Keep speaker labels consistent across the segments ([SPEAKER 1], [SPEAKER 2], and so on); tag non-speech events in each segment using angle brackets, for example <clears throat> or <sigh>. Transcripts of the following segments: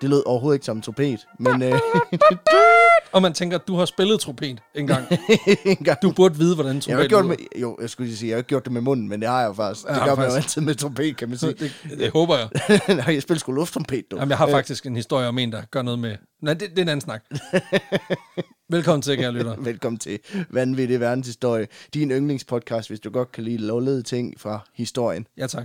[SPEAKER 1] Det lød overhovedet ikke som en trompet, men øh,
[SPEAKER 2] Og man tænker, du har spillet
[SPEAKER 1] <laughs>
[SPEAKER 2] trompet engang.
[SPEAKER 1] en gang.
[SPEAKER 2] Du burde vide, hvordan
[SPEAKER 1] Jeg har jo
[SPEAKER 2] trompet
[SPEAKER 1] ikke gjort det
[SPEAKER 2] lyder.
[SPEAKER 1] med, jo, jeg skulle lige sige, jeg har jo ikke gjort det med munden, men det har jeg jo faktisk. Det
[SPEAKER 2] Ja,
[SPEAKER 1] gør man jo
[SPEAKER 2] faktisk.
[SPEAKER 1] altid med trompet,
[SPEAKER 2] <laughs>
[SPEAKER 1] kan man sige. <laughs>
[SPEAKER 2] Det, det håber jeg.
[SPEAKER 1] Nej, jeg spiller sgu lufttrompet, du.
[SPEAKER 2] Jamen, jeg har faktisk en historie om en, der gør noget med... Nej, det, det er en anden
[SPEAKER 1] <laughs>
[SPEAKER 2] snak. Velkommen til, kære lytter.
[SPEAKER 1] Velkommen til Vanvittig Verdenshistorie. Din yndlingspodcast, hvis du godt kan lide lullede ting fra historien.
[SPEAKER 2] Ja, tak.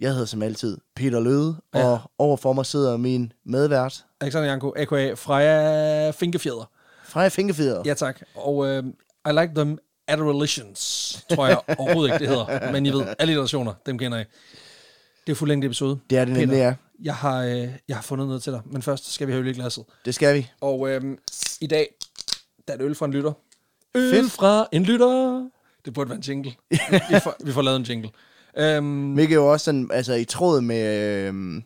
[SPEAKER 1] Jeg hedder som altid Peter Løde,
[SPEAKER 2] Ja.
[SPEAKER 1] ja. og overfor mig sidder min medvært,
[SPEAKER 2] Alexander Janko, a.k.a. Freja Finkefjeder.
[SPEAKER 1] Freja Finkefjeder.
[SPEAKER 2] Ja, tak. Og øh, I like them alliterations, tror jeg overhovedet ikke, det hedder. Men I ved, alliterationer, dem kender I. Det er fuldendt episode.
[SPEAKER 1] Det er det nemlig,
[SPEAKER 2] Peter,
[SPEAKER 1] ja.
[SPEAKER 2] Jeg har, øh, jeg har fundet noget til dig, men først skal vi have øl i glasset.
[SPEAKER 1] Det skal vi.
[SPEAKER 2] Og øh, i dag, der er et øl fra en lytter. Øl
[SPEAKER 1] Fedt.
[SPEAKER 2] fra en lytter! Det burde være en <laughs> jingle. vi, får, vi får lavet en jingle. Øhm,
[SPEAKER 1] Hvilket jo også sådan, altså i tråd med øh,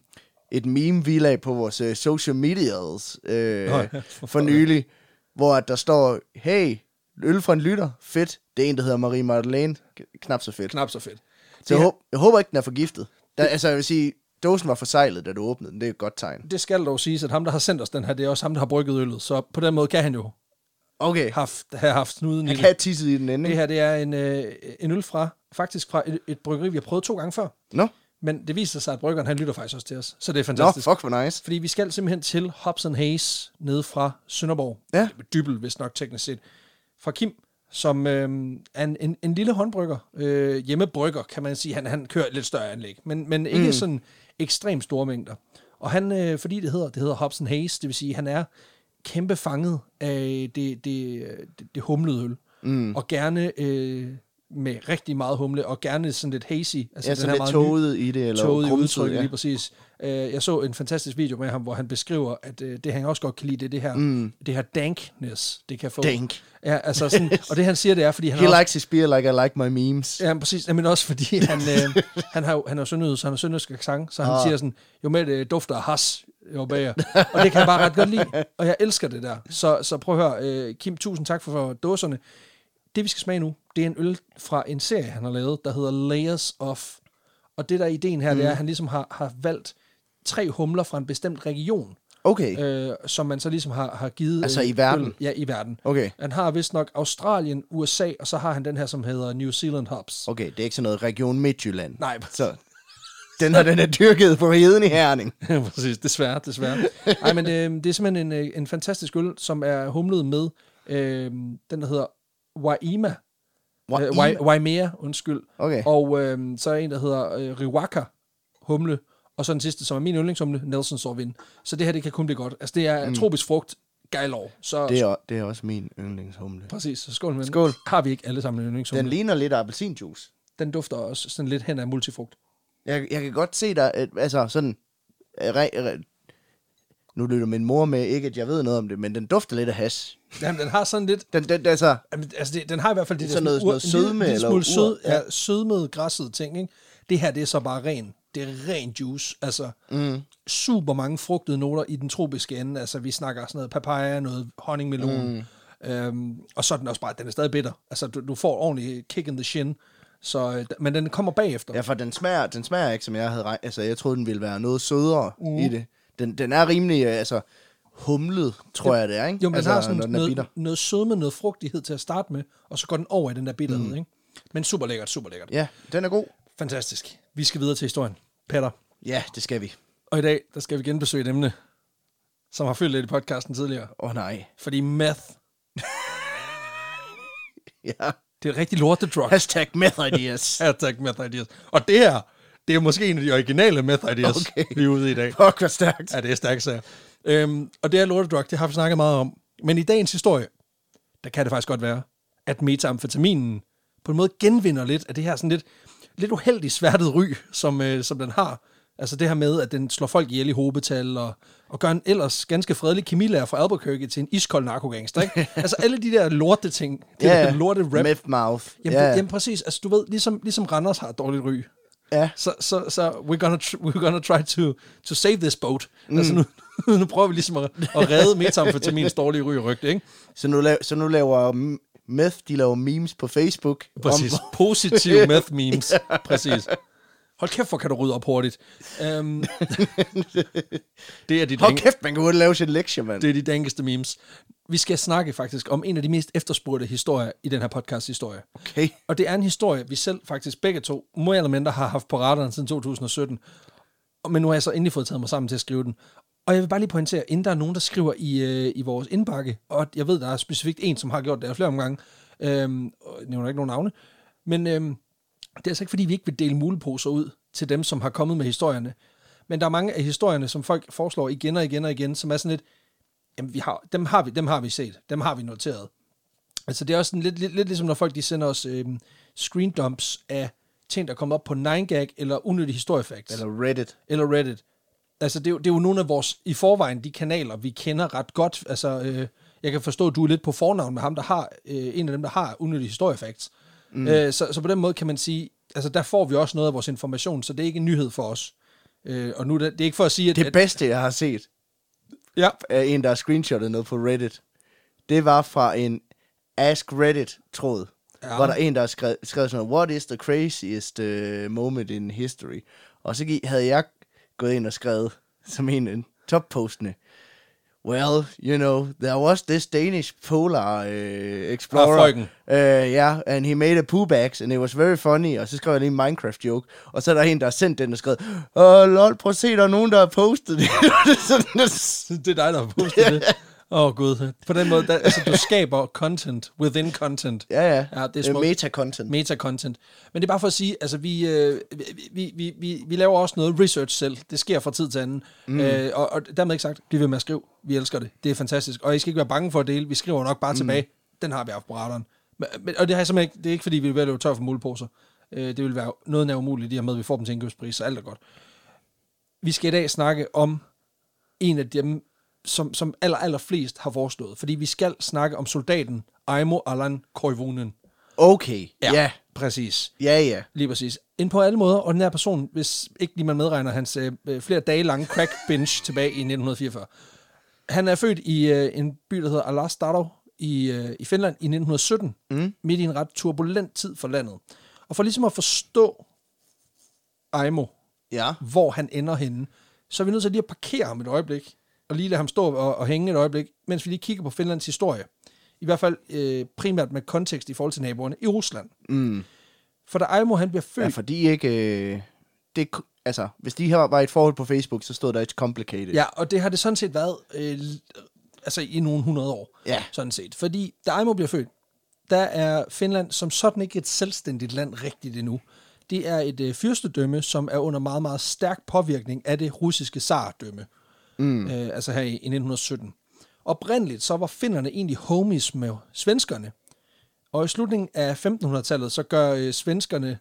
[SPEAKER 1] et meme, vi lagde på vores øh, social medias øh,
[SPEAKER 2] Nå ja,
[SPEAKER 1] for nylig, hvor at der står, hey, øl fra en lytter, fedt. Det er en, der hedder Marie Madeleine. Knap så fedt.
[SPEAKER 2] knap så fedt.
[SPEAKER 1] Så jeg, håber, jeg håber ikke, den er forgiftet. Der, altså, jeg vil sige, dåsen var forsejlet, da du åbnede den. Det er et godt tegn.
[SPEAKER 2] Det skal dog siges, at ham, der har sendt os den her, det er også ham, der har brygget øllet. Så på den måde kan han jo
[SPEAKER 1] Okay,
[SPEAKER 2] haft, have haft snuden
[SPEAKER 1] jeg
[SPEAKER 2] i det.
[SPEAKER 1] kan have tisset i den ende.
[SPEAKER 2] Det
[SPEAKER 1] ikke?
[SPEAKER 2] her, det er en, øh, en øl fra, faktisk fra et, et bryggeri, vi har prøvet to gange før.
[SPEAKER 1] Nå,
[SPEAKER 2] Men det viser sig, at bryggeren, han lytter faktisk også til os. Så det er
[SPEAKER 1] no,
[SPEAKER 2] fantastisk.
[SPEAKER 1] fuck, hvor nice.
[SPEAKER 2] Fordi vi skal simpelthen til Hobson Hayes nede fra Sønderborg.
[SPEAKER 1] Ja.
[SPEAKER 2] Dybel, hvis nok teknisk set. Fra Kim, som øh, er en, en, en lille håndbrygger. Øh, hjemmebrygger, kan man sige. Han, han kører et lidt større anlæg, men, men ikke mm. sådan ekstremt store mængder. Og han, øh, fordi det hedder, det hedder Hobson Hayes, det vil sige, han er kæmpe fanget af det, det, det, det humlede øl. Mm. Og gerne øh, med rigtig meget humle, og gerne sådan lidt hazy. Altså
[SPEAKER 1] Ja,
[SPEAKER 2] den
[SPEAKER 1] så
[SPEAKER 2] her
[SPEAKER 1] lidt
[SPEAKER 2] meget ny-
[SPEAKER 1] toget i det, eller
[SPEAKER 2] tåget i
[SPEAKER 1] krumset,
[SPEAKER 2] udtrykket, ja.
[SPEAKER 1] ja.
[SPEAKER 2] lige præcis. Øh, jeg så en fantastisk video med ham, hvor han beskriver, at øh, det han også godt kan lide, det er det her, mm. det her dankness, det kan få.
[SPEAKER 1] Dank.
[SPEAKER 2] Ja, altså sådan, og det han siger, det er, fordi han
[SPEAKER 1] He
[SPEAKER 2] har
[SPEAKER 1] likes his beer like I like my memes.
[SPEAKER 2] også, ja, præcis, Ja, men også
[SPEAKER 1] <laughs>
[SPEAKER 2] fordi han, øh, han har jo- han er sønderjyde, så han har sønderjysk accent, så han ah. siger sådan, jo med det dufter af has, jo bager. Og det kan jeg bare ret godt lide, og jeg elsker det der. Så, så prøv at høre, øh, Kim, tusind tak for, for dåserne. Det vi skal smage nu, det er en øl fra en serie, han har lavet, der hedder Layers of. Og det der er ideen her, mm.
[SPEAKER 1] Mhm.
[SPEAKER 2] det er, at han ligesom har, har valgt tre humler fra en bestemt region,
[SPEAKER 1] Okay,
[SPEAKER 2] øh, som man så ligesom har, har givet...
[SPEAKER 1] Altså
[SPEAKER 2] øh,
[SPEAKER 1] i verden?
[SPEAKER 2] øl- Ja, i verden.
[SPEAKER 1] okay.
[SPEAKER 2] Han har vist nok Australien, USA, og så har han den her, som hedder New Zealand Hops.
[SPEAKER 1] Okay, det er ikke sådan noget region Midtjylland.
[SPEAKER 2] Nej, <laughs>
[SPEAKER 1] Så den har den er dyrket på heden i <laughs> Herning.
[SPEAKER 2] præcis. Desværre, desværre. Nej, men øh, det er simpelthen en, øh, en fantastisk øl, som er humlet med øh, den, der hedder Waima. Øh, Wai- Waimea, undskyld.
[SPEAKER 1] Okay.
[SPEAKER 2] Og øh, så er en, der hedder øh, Riwaka humle. Og så den sidste, som er min yndlingshumle, Nelson Sorvin. Så det her, det kan kun blive godt. Altså, det er mm. tropisk frugt, gejlov. Så,
[SPEAKER 1] Det er, det er også min yndlingshumle.
[SPEAKER 2] Præcis, så skål med den.
[SPEAKER 1] Skål.
[SPEAKER 2] Har vi ikke alle sammen en
[SPEAKER 1] Den
[SPEAKER 2] yndlingshumle? Den,
[SPEAKER 1] ligner lidt appelsinjuice.
[SPEAKER 2] den dufter også sådan lidt hen af multifrugt.
[SPEAKER 1] Jeg, jeg kan godt se dig, at- altså sådan... øh, Re, re, nu lytter min mor med, ikke at jeg ved noget om det, men den dufter lidt af hash.
[SPEAKER 2] Jamen, den har sådan lidt...
[SPEAKER 1] Den, den, altså,
[SPEAKER 2] Jamen, altså, det, den har i hvert fald det,
[SPEAKER 1] Sådan noget- noget sødme
[SPEAKER 2] en lille, lille
[SPEAKER 1] eller
[SPEAKER 2] smule sød,
[SPEAKER 1] ur,
[SPEAKER 2] ja. sødmet, græsset ting, ikke? Det her, det er så bare ren. Det er ren juice. Altså, mm. super mange frugtede noter i den tropiske ende. Altså, vi snakker sådan noget papaya, noget honningmelon. Mm. Øhm, og så er den også bare, den er stadig bitter. Altså, du, du får ordentlig kick in the shin. Så, øh, men den kommer bagefter.
[SPEAKER 1] ja, for den smager, den smager ikke, som jeg havde regnet. Altså, jeg troede, den ville være noget sødere mm. i det. Den, den er rimelig, øh, altså, humlet, tror jeg, det er, ikke?
[SPEAKER 2] Jo, men altså,
[SPEAKER 1] altså,
[SPEAKER 2] den har sådan
[SPEAKER 1] når den er bitter.
[SPEAKER 2] noget, noget sødme, noget frugtighed til at starte med, og så går den over i den der bitterhed, mm. ikke? Men super lækkert, super lækkert.
[SPEAKER 1] Ja, den er god.
[SPEAKER 2] Fantastisk. Vi skal videre til historien. Petter,
[SPEAKER 1] Ja, det skal vi.
[SPEAKER 2] og i dag, der skal vi genbesøge et emne, som har fyldt lidt i podcasten tidligere.
[SPEAKER 1] Åh, oh, nej.
[SPEAKER 2] Fordi meth,
[SPEAKER 1] <laughs> Ja.
[SPEAKER 2] det er et rigtig lortedrug.
[SPEAKER 1] Hashtag meth ideas.
[SPEAKER 2] Hashtag meth ideas. Og det her, det er måske en af de originale meth ideas, okay.
[SPEAKER 1] Okay.
[SPEAKER 2] vi er ude i i dag.
[SPEAKER 1] Fuck, hvor stærkt.
[SPEAKER 2] Ja, det er stærkt sager. Øhm, og det her lortedrug, det har vi snakket meget om. Men i dagens historie, der kan det faktisk godt være, at metamfetaminen på en måde genvinder lidt af det her sådan lidt, lidt uheldigt sværtet ry, som, øh, som den har. Altså det her med, at den slår folk ihjel i hobetal, og, og gør en ellers ganske fredelig kemilærer fra Albuquerque til en iskold
[SPEAKER 1] <laughs>
[SPEAKER 2] narkogangster, ikke? altså alle de der lorte ting, det
[SPEAKER 1] Ja,
[SPEAKER 2] yeah.
[SPEAKER 1] ja.
[SPEAKER 2] der lorte rap.
[SPEAKER 1] Meth mouth.
[SPEAKER 2] Jamen,
[SPEAKER 1] ja,
[SPEAKER 2] jamen præcis, altså du ved, ligesom, ligesom Randers har et dårligt ry,
[SPEAKER 1] ja.
[SPEAKER 2] så, så, så we're, gonna tr- we're gonna try to, to save this boat. Mm. Altså nu, nu <laughs> prøver vi ligesom at, at redde metamfetamins dårlige ryg og rygte, ikke?
[SPEAKER 1] Så, nu laver, så nu laver m-
[SPEAKER 2] <laughs>
[SPEAKER 1] meth, de laver memes på Facebook.
[SPEAKER 2] Præcis.
[SPEAKER 1] Om,
[SPEAKER 2] Positive meth memes. Præcis. Hold kæft, hvor kan du rydde op hurtigt. Øhm, <laughs> det, er de
[SPEAKER 1] Hold
[SPEAKER 2] dank,
[SPEAKER 1] kæft, man kan hurtigt lave sin lektie, mand.
[SPEAKER 2] det er de dankeste memes. Vi skal snakke faktisk om en af de mest efterspurgte historier i den her podcast-historie.
[SPEAKER 1] Okay.
[SPEAKER 2] Og det er en historie, vi selv faktisk begge to, mere eller mindre, har haft på radaren siden 2017. Og- Men nu har jeg så endelig fået taget mig sammen til at skrive den. Og jeg vil bare lige pointere, inden der er nogen, der skriver i, øh, i vores indbakke, og jeg ved, der er specifikt en, som har gjort det her flere omgange, øhm, og jeg nævner ikke nogen navne, men øhm, det er altså ikke, fordi vi ikke vil dele muleposer ud til dem, som har kommet med historierne. Men der er mange af historierne, som folk foreslår igen og igen og igen, som er sådan lidt, jamen vi har, dem, har vi, dem har vi set, dem har vi noteret. Altså det er også sådan lidt, lidt, lidt ligesom, når folk de sender os øhm, screendumps af ting, der kommer op på 9gag eller unødige historiefacts
[SPEAKER 1] Eller Reddit.
[SPEAKER 2] eller Reddit. Altså, det er, jo, det er jo nogle af vores, i forvejen, de kanaler, vi kender ret godt. Altså, øh, jeg kan forstå, at du er lidt på fornavn med ham, der har, øh, en af dem, der har unødige historiefacts. Mm. Øh, så, så på den måde kan man sige, altså, der får vi også noget af vores information, så det er ikke en nyhed for os. Øh, og nu er det, det er ikke for at sige, at...
[SPEAKER 1] Det
[SPEAKER 2] at,
[SPEAKER 1] bedste, jeg har set,
[SPEAKER 2] ja,
[SPEAKER 1] af en, der har screenshotet noget på Reddit, det var fra en Ask Reddit-tråd,
[SPEAKER 2] Ja.
[SPEAKER 1] ja. hvor der er en, der har skrevet, skrevet sådan noget, What is the craziest uh, moment in history? Og så gik, havde jeg gået ind og skrevet, som en af toppostene, Well, you know, there was this Danish polar uh, explorer.
[SPEAKER 2] frøken.
[SPEAKER 1] Uh, yeah, and he made a poo bags, and it was very funny. Og så skrev jeg lige en Minecraft joke. Og så er der en, der har sendt den og skrevet, Åh, lol, prøv at se, der er nogen, der har postet det. <laughs> det er sådan,
[SPEAKER 2] det er dig, der har postet
[SPEAKER 1] <laughs>
[SPEAKER 2] det. Åh, oh, Gud. På den måde, der, altså, du skaber content within content.
[SPEAKER 1] Ja, ja.
[SPEAKER 2] Ja, det er smukt.
[SPEAKER 1] Meta-content.
[SPEAKER 2] Meta-content. Men det er bare for at sige, altså vi, øh, vi- vi, vi, vi, vi laver også noget research selv. Det sker fra tid til anden. Mm. Øh, og, og dermed ikke sagt, bliv ved med at skrive. Vi elsker det. Det er fantastisk. Og I skal ikke være bange for at dele. Vi skriver nok bare mm. tilbage. Den har vi haft på radaren. Men, men- og det, har jeg simpelthen ikke, det er ikke, fordi vi er ved at løbe tør for muleposer. Øh, det vil være noget nær umuligt, i og med, at vi får dem til indkøbspris, så alt er godt. Vi skal i dag snakke om en af dem, som, som aller, aller flest har foreslået. Fordi vi skal snakke om soldaten Aimo Allan Koivunen.
[SPEAKER 1] Okay. Ja. ja.
[SPEAKER 2] præcis.
[SPEAKER 1] Ja, ja.
[SPEAKER 2] Lige præcis. Ind på alle måder, og den her person, hvis ikke lige man medregner hans øh, flere dage lange crack binge <laughs> tilbage i 1944. Han er født i øh, en by, der hedder Alastado i, øh, i Finland i 1917, mm. midt i en ret turbulent tid for landet. Og for ligesom at forstå Aimo,
[SPEAKER 1] Ja.
[SPEAKER 2] hvor han ender henne, så er vi nødt til lige at parkere ham et øjeblik, og lige lade ham stå og, og hænge et øjeblik, mens vi lige kigger på Finlands historie. I hvert fald øh, primært med kontekst i forhold til naboerne i Rusland.
[SPEAKER 1] Mm.
[SPEAKER 2] For da Aimo han bliver født...
[SPEAKER 1] Ja, fordi ikke... Øh, det, ku- altså, hvis de her var i et forhold på Facebook, så stod der et complicated.
[SPEAKER 2] Ja, og det har det sådan set været øh, altså i nogle hundrede år.
[SPEAKER 1] Ja.
[SPEAKER 2] Sådan set. Fordi da Aimo bliver født, der er Finland som sådan ikke et selvstændigt land rigtigt endnu. Det er et øh, fyrstedømme, som er under meget, meget stærk påvirkning af det russiske zardømme. Mm. Øh, altså her i, i 1917. Oprindeligt så var finnerne egentlig homies med svenskerne. Og i slutningen af 1500-tallet, så gør øh, svenskerne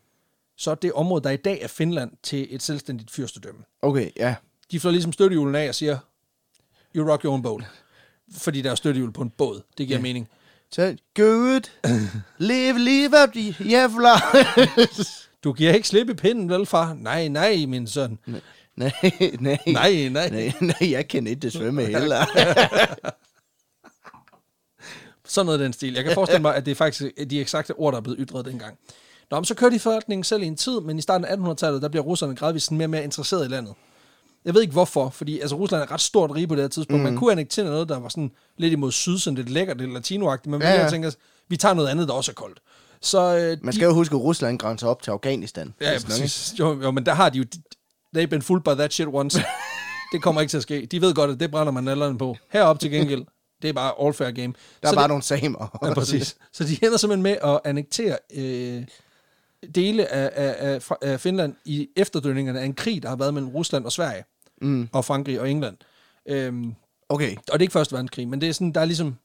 [SPEAKER 2] så det område, der i dag er Finland, til et selvstændigt fyrstedømme
[SPEAKER 1] Okay, ja.
[SPEAKER 2] de flår ligesom støttehjulen af og siger, you rock your own boat. Fordi der er støttehjul på en båd. Det giver yeah. mening.
[SPEAKER 1] Så,
[SPEAKER 2] <laughs>
[SPEAKER 1] good. Live, live up, de jævla.
[SPEAKER 2] Du giver ikke slip i pinden, vel far? Nej, nej, min søn.
[SPEAKER 1] <laughs> nej, nej.
[SPEAKER 2] Nej, nej.
[SPEAKER 1] Nej, nej, jeg kan ikke det
[SPEAKER 2] <laughs>
[SPEAKER 1] svømme heller.
[SPEAKER 2] Sådan noget af den stil. Jeg kan forestille mig, at det er faktisk de eksakte ord, der er blevet ytret dengang. Nå, men så kører de forretningen selv i en tid, men i starten af 1800-tallet, der bliver russerne gradvist sådan mere og mere interesseret i landet. Jeg ved ikke hvorfor, fordi altså, Rusland er et ret stort rige på det her tidspunkt.
[SPEAKER 1] Mm.
[SPEAKER 2] Mm-hmm. Man kunne annektere noget, der var sådan lidt imod syd, sådan lidt lækkert, lidt latinoagtigt, men
[SPEAKER 1] Ja,
[SPEAKER 2] ja, ja.
[SPEAKER 1] ja.
[SPEAKER 2] tænker, vi tager noget andet, der også er koldt. Så øh,
[SPEAKER 1] Man skal jo huske, at Rusland grænser op til Afghanistan.
[SPEAKER 2] Ja, ja
[SPEAKER 1] Hvis nok,
[SPEAKER 2] præcis. Jo, jo, men der har de jo... They've been fooled by that shit
[SPEAKER 1] <laughs>
[SPEAKER 2] once. det kommer ikke til at ske. De ved godt, at det brænder man alderen på. Herop til gengæld, det er bare all fair game.
[SPEAKER 1] ikke? Der er
[SPEAKER 2] så
[SPEAKER 1] bare
[SPEAKER 2] det,
[SPEAKER 1] nogle samer.
[SPEAKER 2] Ja, præcis. Så de ender simpelthen med at annektere øh, dele af, af, af, Fra- af Finland i efterdønningerne af en krig, der har været mellem Rusland og Sverige, mm. og Frankrig og England. Øhm,
[SPEAKER 1] <laughs> Okay,
[SPEAKER 2] og det er ikke første verdenskrig, men det er sådan, der er ligesom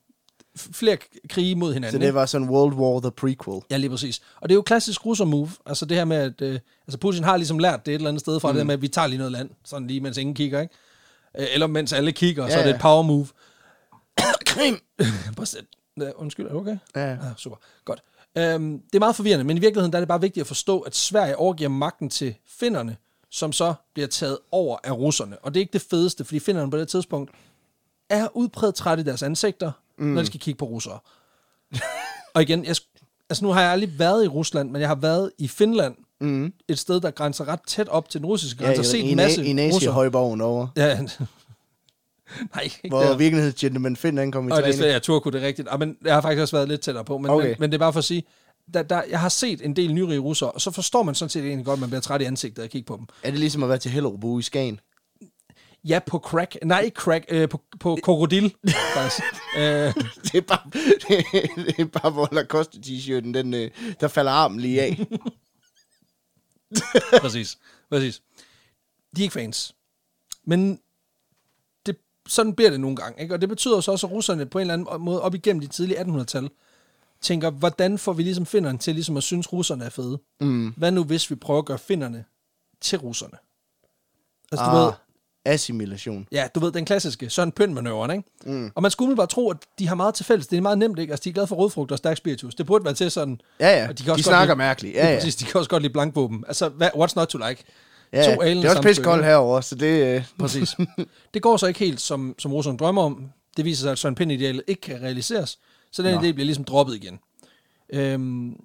[SPEAKER 2] f- flere k- krige mod hinanden.
[SPEAKER 1] så det var sådan World War the prequel.
[SPEAKER 2] Ja, lige præcis. Og det er jo klassisk russer move. Altså det her med, at øh, altså Putin har ligesom lært det et eller andet sted fra, mm. det der med, at vi tager lige noget land, sådan lige mens ingen kigger, ikke? Øh, Eller mens alle kigger, ja, så er
[SPEAKER 1] Ja,
[SPEAKER 2] det
[SPEAKER 1] ja.
[SPEAKER 2] et power move. <laughs>
[SPEAKER 1] Krim!
[SPEAKER 2] Bare sæt- Ja, Undskyld, er du okay?
[SPEAKER 1] Ja.
[SPEAKER 2] Ah, super, godt. Øhm, det er meget forvirrende, men i virkeligheden der er det bare vigtigt at forstå, at Sverige overgiver magten til finnerne, som så bliver taget over af russerne. Og det er ikke det fedeste, fordi finnerne på det tidspunkt er udpræget trætte i deres ansigter, mm. når de skal kigge på russere. og igen, jeg, sk- altså nu har jeg aldrig været i Rusland, men jeg har været i Finland,
[SPEAKER 1] Mm.
[SPEAKER 2] et sted, der grænser ret tæt op til den russiske
[SPEAKER 1] Ja,
[SPEAKER 2] grænse,
[SPEAKER 1] i,
[SPEAKER 2] og altså set
[SPEAKER 1] i,
[SPEAKER 2] en masse
[SPEAKER 1] Na- i
[SPEAKER 2] russere.
[SPEAKER 1] Nazi-højborgen over.
[SPEAKER 2] Ja. <laughs> Nej, ikke
[SPEAKER 1] Hvor
[SPEAKER 2] der.
[SPEAKER 1] virkelighedsgentleman Finn ankom i
[SPEAKER 2] Og det
[SPEAKER 1] træning.
[SPEAKER 2] er ja, Turku, det er rigtigt. Og, men jeg har faktisk også været lidt tættere på, men,
[SPEAKER 1] Okay.
[SPEAKER 2] okay. men, men det er bare for at sige, der, der, jeg har set en del nyrige russere, og så forstår man sådan set egentlig godt, at man bliver træt i ansigtet at kigge på dem.
[SPEAKER 1] Er det ligesom at være til Hellerup ude i Skagen? <laughs>
[SPEAKER 2] Ja, på crack. Nej, ikke crack. Øh, på, på krokodil, faktisk. øh,
[SPEAKER 1] Det er bare, <laughs> det er bare hvor Lacoste t-shirten, den, øh, der falder armen lige
[SPEAKER 2] <laughs>
[SPEAKER 1] af.
[SPEAKER 2] præcis. Præcis. De er ikke fans. Men det, sådan bliver det nogle gange. Ikke? Og det betyder så også, at russerne på en eller anden måde op igennem de tidlige 1800-tal tænker, hvordan får vi ligesom finderne til ligesom at synes, russerne er fede?
[SPEAKER 1] Mm.
[SPEAKER 2] Hvad nu, hvis vi prøver at gøre finderne til russerne? Altså, du ah. ved,
[SPEAKER 1] Ah, assimilation.
[SPEAKER 2] Ja, du ved, den klassiske Søren pynt manøvren ikke? Mm. Og man skulle bare tro, at de har meget til fælles. Det er meget nemt, ikke? Altså, de er glade for rødfrugt og stærk spiritus. Det burde være til sådan...
[SPEAKER 1] Ja, ja.
[SPEAKER 2] Og
[SPEAKER 1] De,
[SPEAKER 2] kan også
[SPEAKER 1] de
[SPEAKER 2] godt
[SPEAKER 1] snakker
[SPEAKER 2] lide-
[SPEAKER 1] mærkeligt.
[SPEAKER 2] Lige
[SPEAKER 1] Ja, ja.
[SPEAKER 2] Præcis, de kan også godt lide blankvåben. Altså, hvad, what's not to like?
[SPEAKER 1] ja, ja.
[SPEAKER 2] alen
[SPEAKER 1] Det er også
[SPEAKER 2] samtidig,
[SPEAKER 1] pisse koldt
[SPEAKER 2] ikke?
[SPEAKER 1] herovre, så det... Øh,
[SPEAKER 2] Præcis. det går så ikke helt, som, som russerne drømmer om. Det viser sig, at Søren Pind-idealet ikke kan realiseres. Så den Nå. idé bliver ligesom droppet igen. Øhm,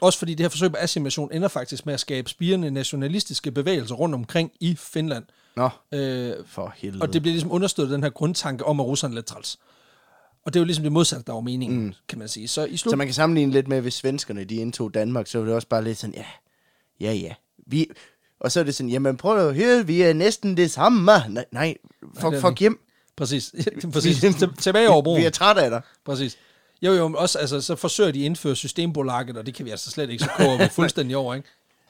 [SPEAKER 2] også fordi det her forsøg på assimilation ender faktisk med at skabe spirende nationalistiske bevægelser rundt omkring i Finland.
[SPEAKER 1] nå,
[SPEAKER 2] Øh,
[SPEAKER 1] for helvede.
[SPEAKER 2] Og det bliver ligesom understøttet af den her grundtanke om, at Rusland er lidt træls. Og det er jo ligesom det modsatte, der var meningen, mm. kan man sige. Så i slut...
[SPEAKER 1] Så man kan sammenligne lidt med, hvis svenskerne de indtog Danmark, så var det også bare lidt sådan, ja, ja, ja. Vi, og så er det sådan, jamen prøv at høre, vi er næsten det samme. Nej, nej
[SPEAKER 2] er
[SPEAKER 1] fuck,
[SPEAKER 2] det
[SPEAKER 1] fuck
[SPEAKER 2] ikke.
[SPEAKER 1] hjem. <laughs>
[SPEAKER 2] Præcis. Præcis. Til- Tilbage over broen.
[SPEAKER 1] Vi er trætte af dig.
[SPEAKER 2] Præcis. Jo, jo, også, altså, så forsøger de at indføre systembolaget, og det kan vi altså slet ikke så
[SPEAKER 1] <laughs>
[SPEAKER 2] koge fuldstændig over, ikke?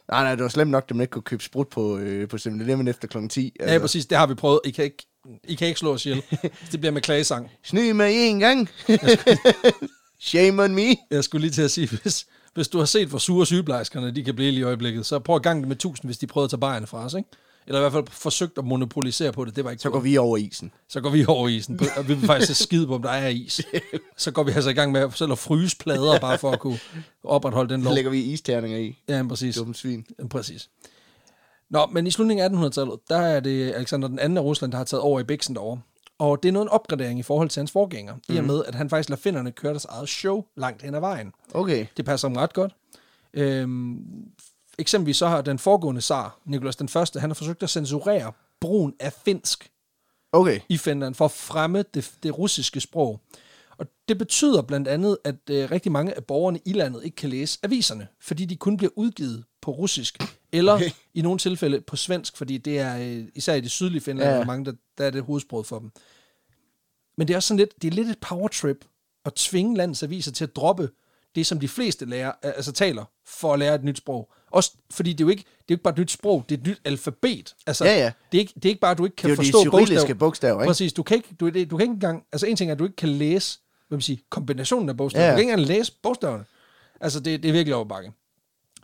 [SPEAKER 1] Nej, nej, det var slemt nok, at man ikke kunne købe sprut på, øh, på 7-Eleven efter kl. 10.
[SPEAKER 2] Ja, præcis, det har vi prøvet. I kan ikke, I kan ikke slå
[SPEAKER 1] <laughs>
[SPEAKER 2] os ihjel. Det bliver med klagesang.
[SPEAKER 1] Sny mig en
[SPEAKER 2] <laughs>
[SPEAKER 1] gang. Shame on me.
[SPEAKER 2] Jeg skulle lige til at sige, hvis, hvis du har set, hvor sure sygeplejerskerne de kan blive lige i øjeblikket, så prøv at gang det med tusind, hvis de prøver at tage bajerne fra os, ikke? Eller i hvert fald forsøgt at monopolisere på det. Det var ikke
[SPEAKER 1] Så går vi over isen.
[SPEAKER 2] så går vi over isen, og vi vil faktisk se skide på, om der
[SPEAKER 1] <laughs>
[SPEAKER 2] er is. Så går vi altså i gang med selv at fryse plader, bare for at kunne opretholde den lov.
[SPEAKER 1] Så lægger vi isterninger i.
[SPEAKER 2] Ja, men præcis.
[SPEAKER 1] Dumme svin.
[SPEAKER 2] Ja, Præcis. Nå, men i slutningen af 1800-tallet, der er det Alexander den anden af Rusland, der har taget over i Bixen derovre. Og det er noget en opgradering i forhold til hans forgænger, mm. i og med, at han faktisk lader finderne køre deres eget show langt hen ad vejen.
[SPEAKER 1] Okay.
[SPEAKER 2] Det passer dem ret godt. Øhm, eksempelvis så har den foregående zar, Nikolaus den første, han har forsøgt at censurere brugen af finsk
[SPEAKER 1] Okay.
[SPEAKER 2] i Finland for at fremme det, det russiske sprog. Og det betyder blandt andet, at øh, rigtig mange af borgerne i landet ikke kan læse aviserne, fordi de kun bliver udgivet på russisk, eller okay. i nogle tilfælde på svensk, fordi det er øh, især i det sydlige Finland,
[SPEAKER 1] Ja.
[SPEAKER 2] ja. der er mange, der, der er det hovedsproget for dem. Men det er også sådan lidt, det er lidt et powertrip at tvinge landets aviser til at droppe det, som de fleste lærer, altså taler, for at lære et nyt sprog. Også fordi det er jo ikke, det er jo ikke bare et nyt sprog, det er et nyt alfabet. Altså,
[SPEAKER 1] Ja, ja.
[SPEAKER 2] Det, er ikke, det er ikke bare, at du ikke kan
[SPEAKER 1] Det er jo de
[SPEAKER 2] forstå
[SPEAKER 1] cyrilliske bogstaver, ikke?
[SPEAKER 2] Præcis, du kan ikke, du, det- du kan ikke engang, altså en ting er, at du ikke kan læse, hvad man siger, kombinationen af bogstaver.
[SPEAKER 1] Ja.
[SPEAKER 2] Ja. Du kan ikke engang læse bogstaverne. Altså, det, det er virkelig overbakke.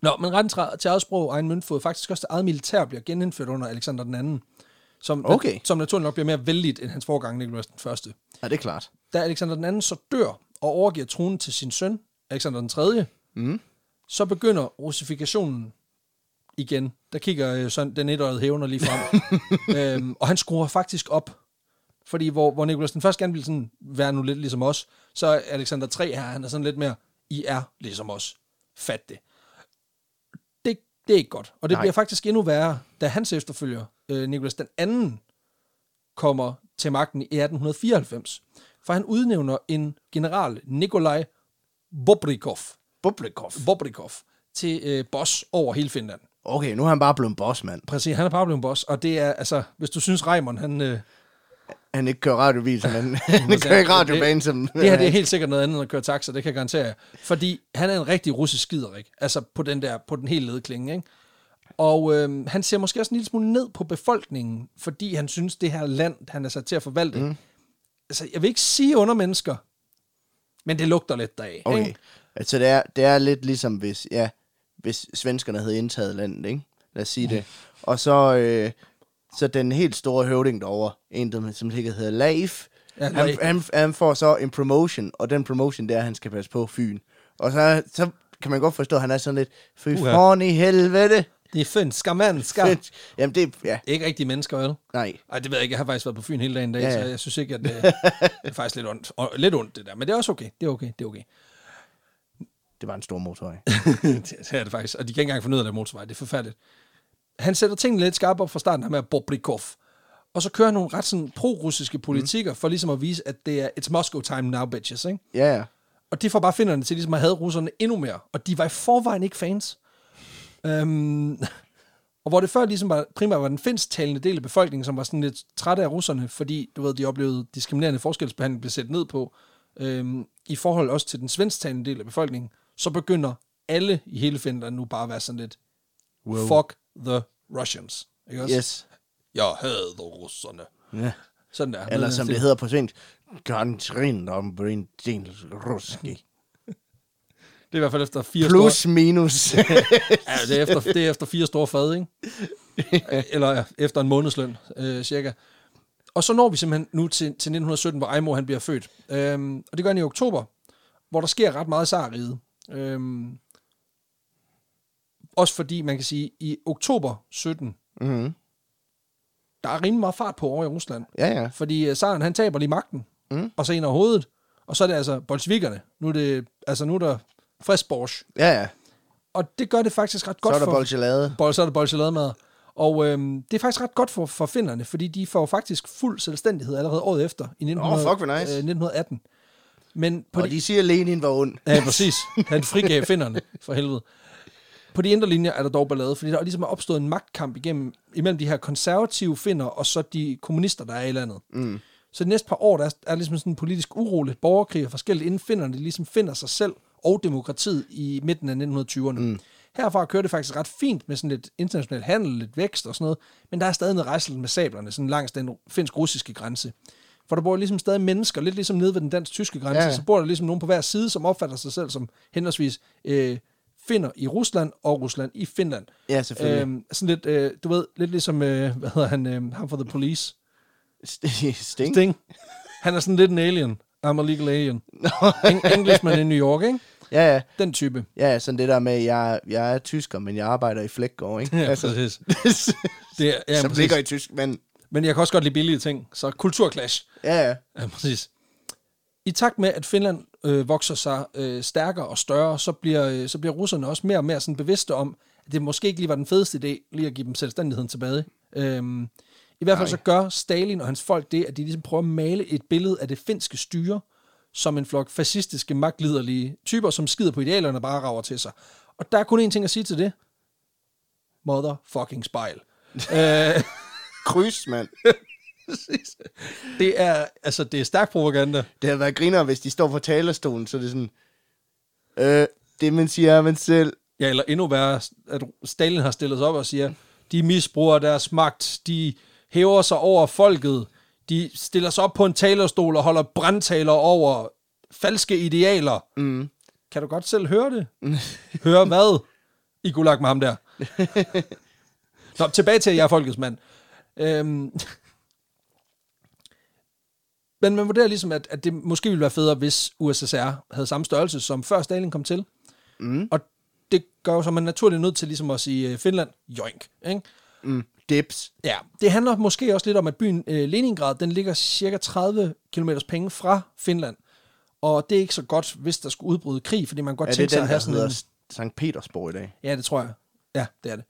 [SPEAKER 2] Nå, men retten til- til eget sprog og egen møntfod, faktisk også til eget militær, bliver genindført under Alexander den anden, som,
[SPEAKER 1] Okay.
[SPEAKER 2] som naturligt nok bliver mere vældigt end hans forgang, Nikolaus den første.
[SPEAKER 1] Ja, det er klart.
[SPEAKER 2] Da Alexander den anden så dør og overgiver tronen til sin søn, Alexander den tredje,
[SPEAKER 1] Mm.
[SPEAKER 2] så begynder russifikationen igen. Der kigger øh, sådan den etårige hævner
[SPEAKER 1] <laughs>
[SPEAKER 2] lige frem. øhm, og han skruer faktisk op. Fordi hvor, hvor Nikolaus den første gerne ville sådan være nu lidt ligesom os, så er Alexander 3 her, han er sådan lidt mere, I er ligesom os. Fat det. Det, det er ikke godt. Og det
[SPEAKER 1] Nej.
[SPEAKER 2] Nej. bliver faktisk endnu værre, da hans efterfølger, øh, Nikolaus den anden, kommer til magten i 1894. For han udnævner en general, Nikolaj Bobrikov,
[SPEAKER 1] Bublikov.
[SPEAKER 2] Bobrikov til øh, boss over hele Finland.
[SPEAKER 1] Okay, nu er han bare blevet en boss, mand.
[SPEAKER 2] Præcis, han er bare blevet en boss, og det er, altså, hvis du synes, Reimann, han... Øh,
[SPEAKER 1] Han ikke kører radiobil, som han,
[SPEAKER 2] <laughs>
[SPEAKER 1] han kører ikke radiobane, som...
[SPEAKER 2] det her det er helt sikkert noget andet end at køre taxa, det kan jeg garantere jer. Fordi han er en rigtig russisk skider, ikke? Altså på den der, på den helt lede klinge, ikke? Og øh, han ser måske også en lille smule ned på befolkningen, fordi han synes, det her land, han er sat til at forvalte. Mm. Altså, jeg vil ikke sige undermennesker, men det lugter lidt deraf.
[SPEAKER 1] Okay.
[SPEAKER 2] Ikke?
[SPEAKER 1] Altså, det er, det er lidt ligesom, hvis, ja, hvis svenskerne havde indtaget landet, ikke? Lad os sige det. Og så, øh, så den helt store høvding derovre, en, der, som sikkert hedder Leif,
[SPEAKER 2] Ja,
[SPEAKER 1] han,
[SPEAKER 2] Leif.
[SPEAKER 1] han, han, får så en promotion, og den promotion, det er, at han skal passe på Fyn. Og så, så kan man godt forstå, at han er sådan lidt, fy
[SPEAKER 2] Uha.
[SPEAKER 1] foran i helvede.
[SPEAKER 2] Det er finsker, mandsker.
[SPEAKER 1] Fedt. Jamen, det, ja,
[SPEAKER 2] Ikke rigtig mennesker, vel?
[SPEAKER 1] nej.
[SPEAKER 2] Ej, det ved jeg ikke. Jeg har faktisk været på Fyn hele dagen i dag,
[SPEAKER 1] Ja, ja.
[SPEAKER 2] ja, ja. så jeg synes ikke, øh,
[SPEAKER 1] <laughs>
[SPEAKER 2] at det, det er faktisk lidt ondt. Og, lidt ondt, det der. Men det er også okay. Det er okay. Det er okay.
[SPEAKER 1] Det var en stor
[SPEAKER 2] <laughs>
[SPEAKER 1] motorvej.
[SPEAKER 2] det, det er det faktisk, og de kan ikke engang finde ud af det motorvej, det er forfærdeligt. Han sætter tingene lidt skarpt op fra starten her med Bobrikov, og så kører han nogle ret sådan pro-russiske politikker, mm. for ligesom at vise, at det er, it's Moscow time now, bitches, ikke?
[SPEAKER 1] ja, ja.
[SPEAKER 2] Og det får bare finderne til ligesom at have russerne endnu mere. Og de var i forvejen ikke fans. Øhm, <laughs> og hvor det før ligesom var, primært var den finsktalende del af befolkningen, som var sådan lidt trætte af russerne, fordi du ved, de oplevede diskriminerende forskelsbehandling blev sat ned på, øhm, i forhold også til den svensktalende del af befolkningen, så begynder alle i hele Finland nu bare at være sådan lidt, wow. fuck the Russians. Ikke også?
[SPEAKER 1] Yes.
[SPEAKER 2] Jeg hader russerne.
[SPEAKER 1] Ja.
[SPEAKER 2] Sådan der. altså,
[SPEAKER 1] Eller
[SPEAKER 2] Noget
[SPEAKER 1] som
[SPEAKER 2] af den
[SPEAKER 1] det hedder på svensk, Gantrin om en del ruski.
[SPEAKER 2] stil. Det er i hvert fald efter fire store...
[SPEAKER 1] Plus minus.
[SPEAKER 2] <laughs> Ja, det er efter, det er efter fire store fad, ikke?
[SPEAKER 1] <laughs>
[SPEAKER 2] Eller efter en månedsløn, øh, cirka. Og så når vi simpelthen nu til, til 1917, hvor Ejmo han bliver født. Øhm, og det gør han i oktober, hvor der sker ret meget i Sarriget. Øhm, også fordi, man kan sige, i oktober 17,
[SPEAKER 1] mm-hmm.
[SPEAKER 2] der er rimelig meget fart på over i Rusland.
[SPEAKER 1] Ja, ja.
[SPEAKER 2] Fordi Saren, han taber lige magten,
[SPEAKER 1] Mm.
[SPEAKER 2] mm. og så ind over hovedet. Og så er det altså bolsjevikkerne. Nu er, det, altså, nu er der frisk borsch.
[SPEAKER 1] Ja, ja.
[SPEAKER 2] Og det gør det faktisk ret
[SPEAKER 1] Så
[SPEAKER 2] godt
[SPEAKER 1] er der
[SPEAKER 2] for...
[SPEAKER 1] bolsjelade.
[SPEAKER 2] Bolle, så er det bolsjelademad. Og øhm, det er faktisk ret godt for, for finnerne, fordi de får faktisk fuld selvstændighed allerede året efter, i 1900,
[SPEAKER 1] fuck, hvor nice.
[SPEAKER 2] øh, 1918. Men på
[SPEAKER 1] Og de siger, at Lenin var ond.
[SPEAKER 2] Ja, præcis. Han frigav finderne, for helvede. På de indre linjer er der dog ballade, fordi der ligesom er opstået en magtkamp igennem, imellem de her konservative finder og så de kommunister, der er i landet. Mm. Så de næste par år, der er, er ligesom sådan en politisk uro, lidt borgerkrig og forskelligt, inden finderne ligesom finder sig selv og demokratiet i midten af 1920'erne. Mm. Herfra kører det faktisk ret fint med sådan lidt international handel, lidt vækst og sådan noget, men der er stadig noget rejsel med sablerne, sådan langs den finsk-russiske grænse. For der bor ligesom stadig mennesker, lidt ligesom nede ved den dansk-tyske grænse,
[SPEAKER 1] Ja,
[SPEAKER 2] ja,
[SPEAKER 1] ja.
[SPEAKER 2] ja. så bor der ligesom nogen på hver side, som opfatter sig selv som henholdsvis øh, finder i Rusland og Rusland i Finland.
[SPEAKER 1] Ja, selvfølgelig. Øhm.
[SPEAKER 2] Øhm, sådan lidt, øh, du ved, lidt ligesom, øh, hvad hedder han, øh, ham for The
[SPEAKER 1] <laughs>
[SPEAKER 2] Police?
[SPEAKER 1] Sting?
[SPEAKER 2] Sting. <laughs> Han er sådan lidt en alien. I'm a legal alien. en Englishman i New York, ikke?
[SPEAKER 1] Ja, ja.
[SPEAKER 2] Den type.
[SPEAKER 1] Ja, sådan det der med, at jeg, jeg er tysker, men jeg arbejder i Flækgaard,
[SPEAKER 2] <laughs>
[SPEAKER 1] ikke?
[SPEAKER 2] præcis. Det er, ja,
[SPEAKER 1] som
[SPEAKER 2] præcis.
[SPEAKER 1] ligger i tysk, men...
[SPEAKER 2] Men jeg kan også godt lide billige ting, så kulturklash.
[SPEAKER 1] Ja, ja.
[SPEAKER 2] <laughs> Ja, præcis. I takt med, at Finland øh, vokser sig øh, stærkere og større, så bliver, øh, så bliver russerne også mere og mere sådan bevidste om, at det måske ikke lige var den fedeste idé, lige at give dem selvstændigheden tilbage. Øhm, I hvert fald
[SPEAKER 1] Nej.
[SPEAKER 2] så gør Stalin og hans folk det, at de ligesom prøver at male et billede af det finske styre, som en flok fascistiske, magtliderlige typer, som skider på idealerne og bare rager til sig. Og der er kun én ting at sige til det. Motherfucking spejl. øh,
[SPEAKER 1] Kryds, mand.
[SPEAKER 2] det er, altså, det er stærk propaganda.
[SPEAKER 1] Det havde været griner, hvis de står på talerstolen, så er det sådan... Øh, det man siger er man selv.
[SPEAKER 2] Ja, eller endnu værre, at Stalin har stillet sig op og siger, de misbruger deres magt, de hæver sig over folket, de stiller sig op på en talerstol og holder brandtaler over falske idealer.
[SPEAKER 1] Mm.
[SPEAKER 2] Kan du godt selv høre det? Høre hvad? I gulag med ham der. Nå, tilbage til, at jeg er folkets mand. Øhm. Men man vurderer ligesom, at, at det måske ville være federe, hvis USSR havde samme størrelse, som før Stalin kom til.
[SPEAKER 1] Mm.
[SPEAKER 2] Og det gør jo så, at man naturligt er nødt til ligesom at sige øh, Finland, joink. Ikke?
[SPEAKER 1] Mm. Dips.
[SPEAKER 2] Ja, det handler måske også lidt om, at byen øh, Leningrad, den ligger cirka 30 km penge fra Finland. Og det er ikke så godt, hvis der skulle udbryde krig, fordi man kan godt
[SPEAKER 1] Er
[SPEAKER 2] tænke
[SPEAKER 1] det
[SPEAKER 2] sig
[SPEAKER 1] den,
[SPEAKER 2] at have
[SPEAKER 1] der
[SPEAKER 2] sådan
[SPEAKER 1] hedder
[SPEAKER 2] en...
[SPEAKER 1] Sankt Petersborg i dag?
[SPEAKER 2] Ja, det tror jeg. Ja, det er det.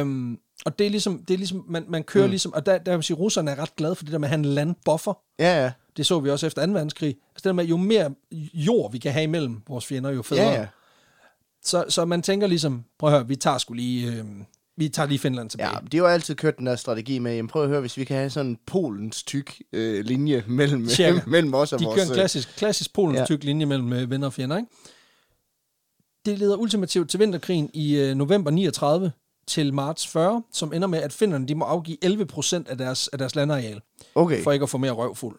[SPEAKER 2] Øhm, og det er ligesom, det er ligesom man, man kører mm. ligesom, og der, der vil jeg sige, russerne er ret glade for det der med at have en landbuffer.
[SPEAKER 1] Ja, ja.
[SPEAKER 2] Det så vi også efter 2. verdenskrig. Altså det der med, jo mere jord vi kan have imellem vores fjender, jo federe.
[SPEAKER 1] Ja, ja.
[SPEAKER 2] Så, så man tænker ligesom, prøv at høre, vi tager sgu lige, øh, vi tager lige Finland tilbage.
[SPEAKER 1] Ja, de har jo altid kørt den der strategi med, jamen prøv at høre, hvis vi kan have sådan en Polens tyk øh, linje mellem,
[SPEAKER 2] <laughs> Cirka.
[SPEAKER 1] <laughs> mellem os og
[SPEAKER 2] de
[SPEAKER 1] vores...
[SPEAKER 2] kører en
[SPEAKER 1] øh,
[SPEAKER 2] klassisk, klassisk polens
[SPEAKER 1] Ja.
[SPEAKER 2] ja. tyk linje mellem øh, venner og fjender, ikke? Det leder ultimativt til vinterkrigen i øh, november 39 til marts 40, som ender med, at finnerne de må afgive 11 procent af deres, af deres landareal,
[SPEAKER 1] Okay,
[SPEAKER 2] for ikke at få mere røvfuld.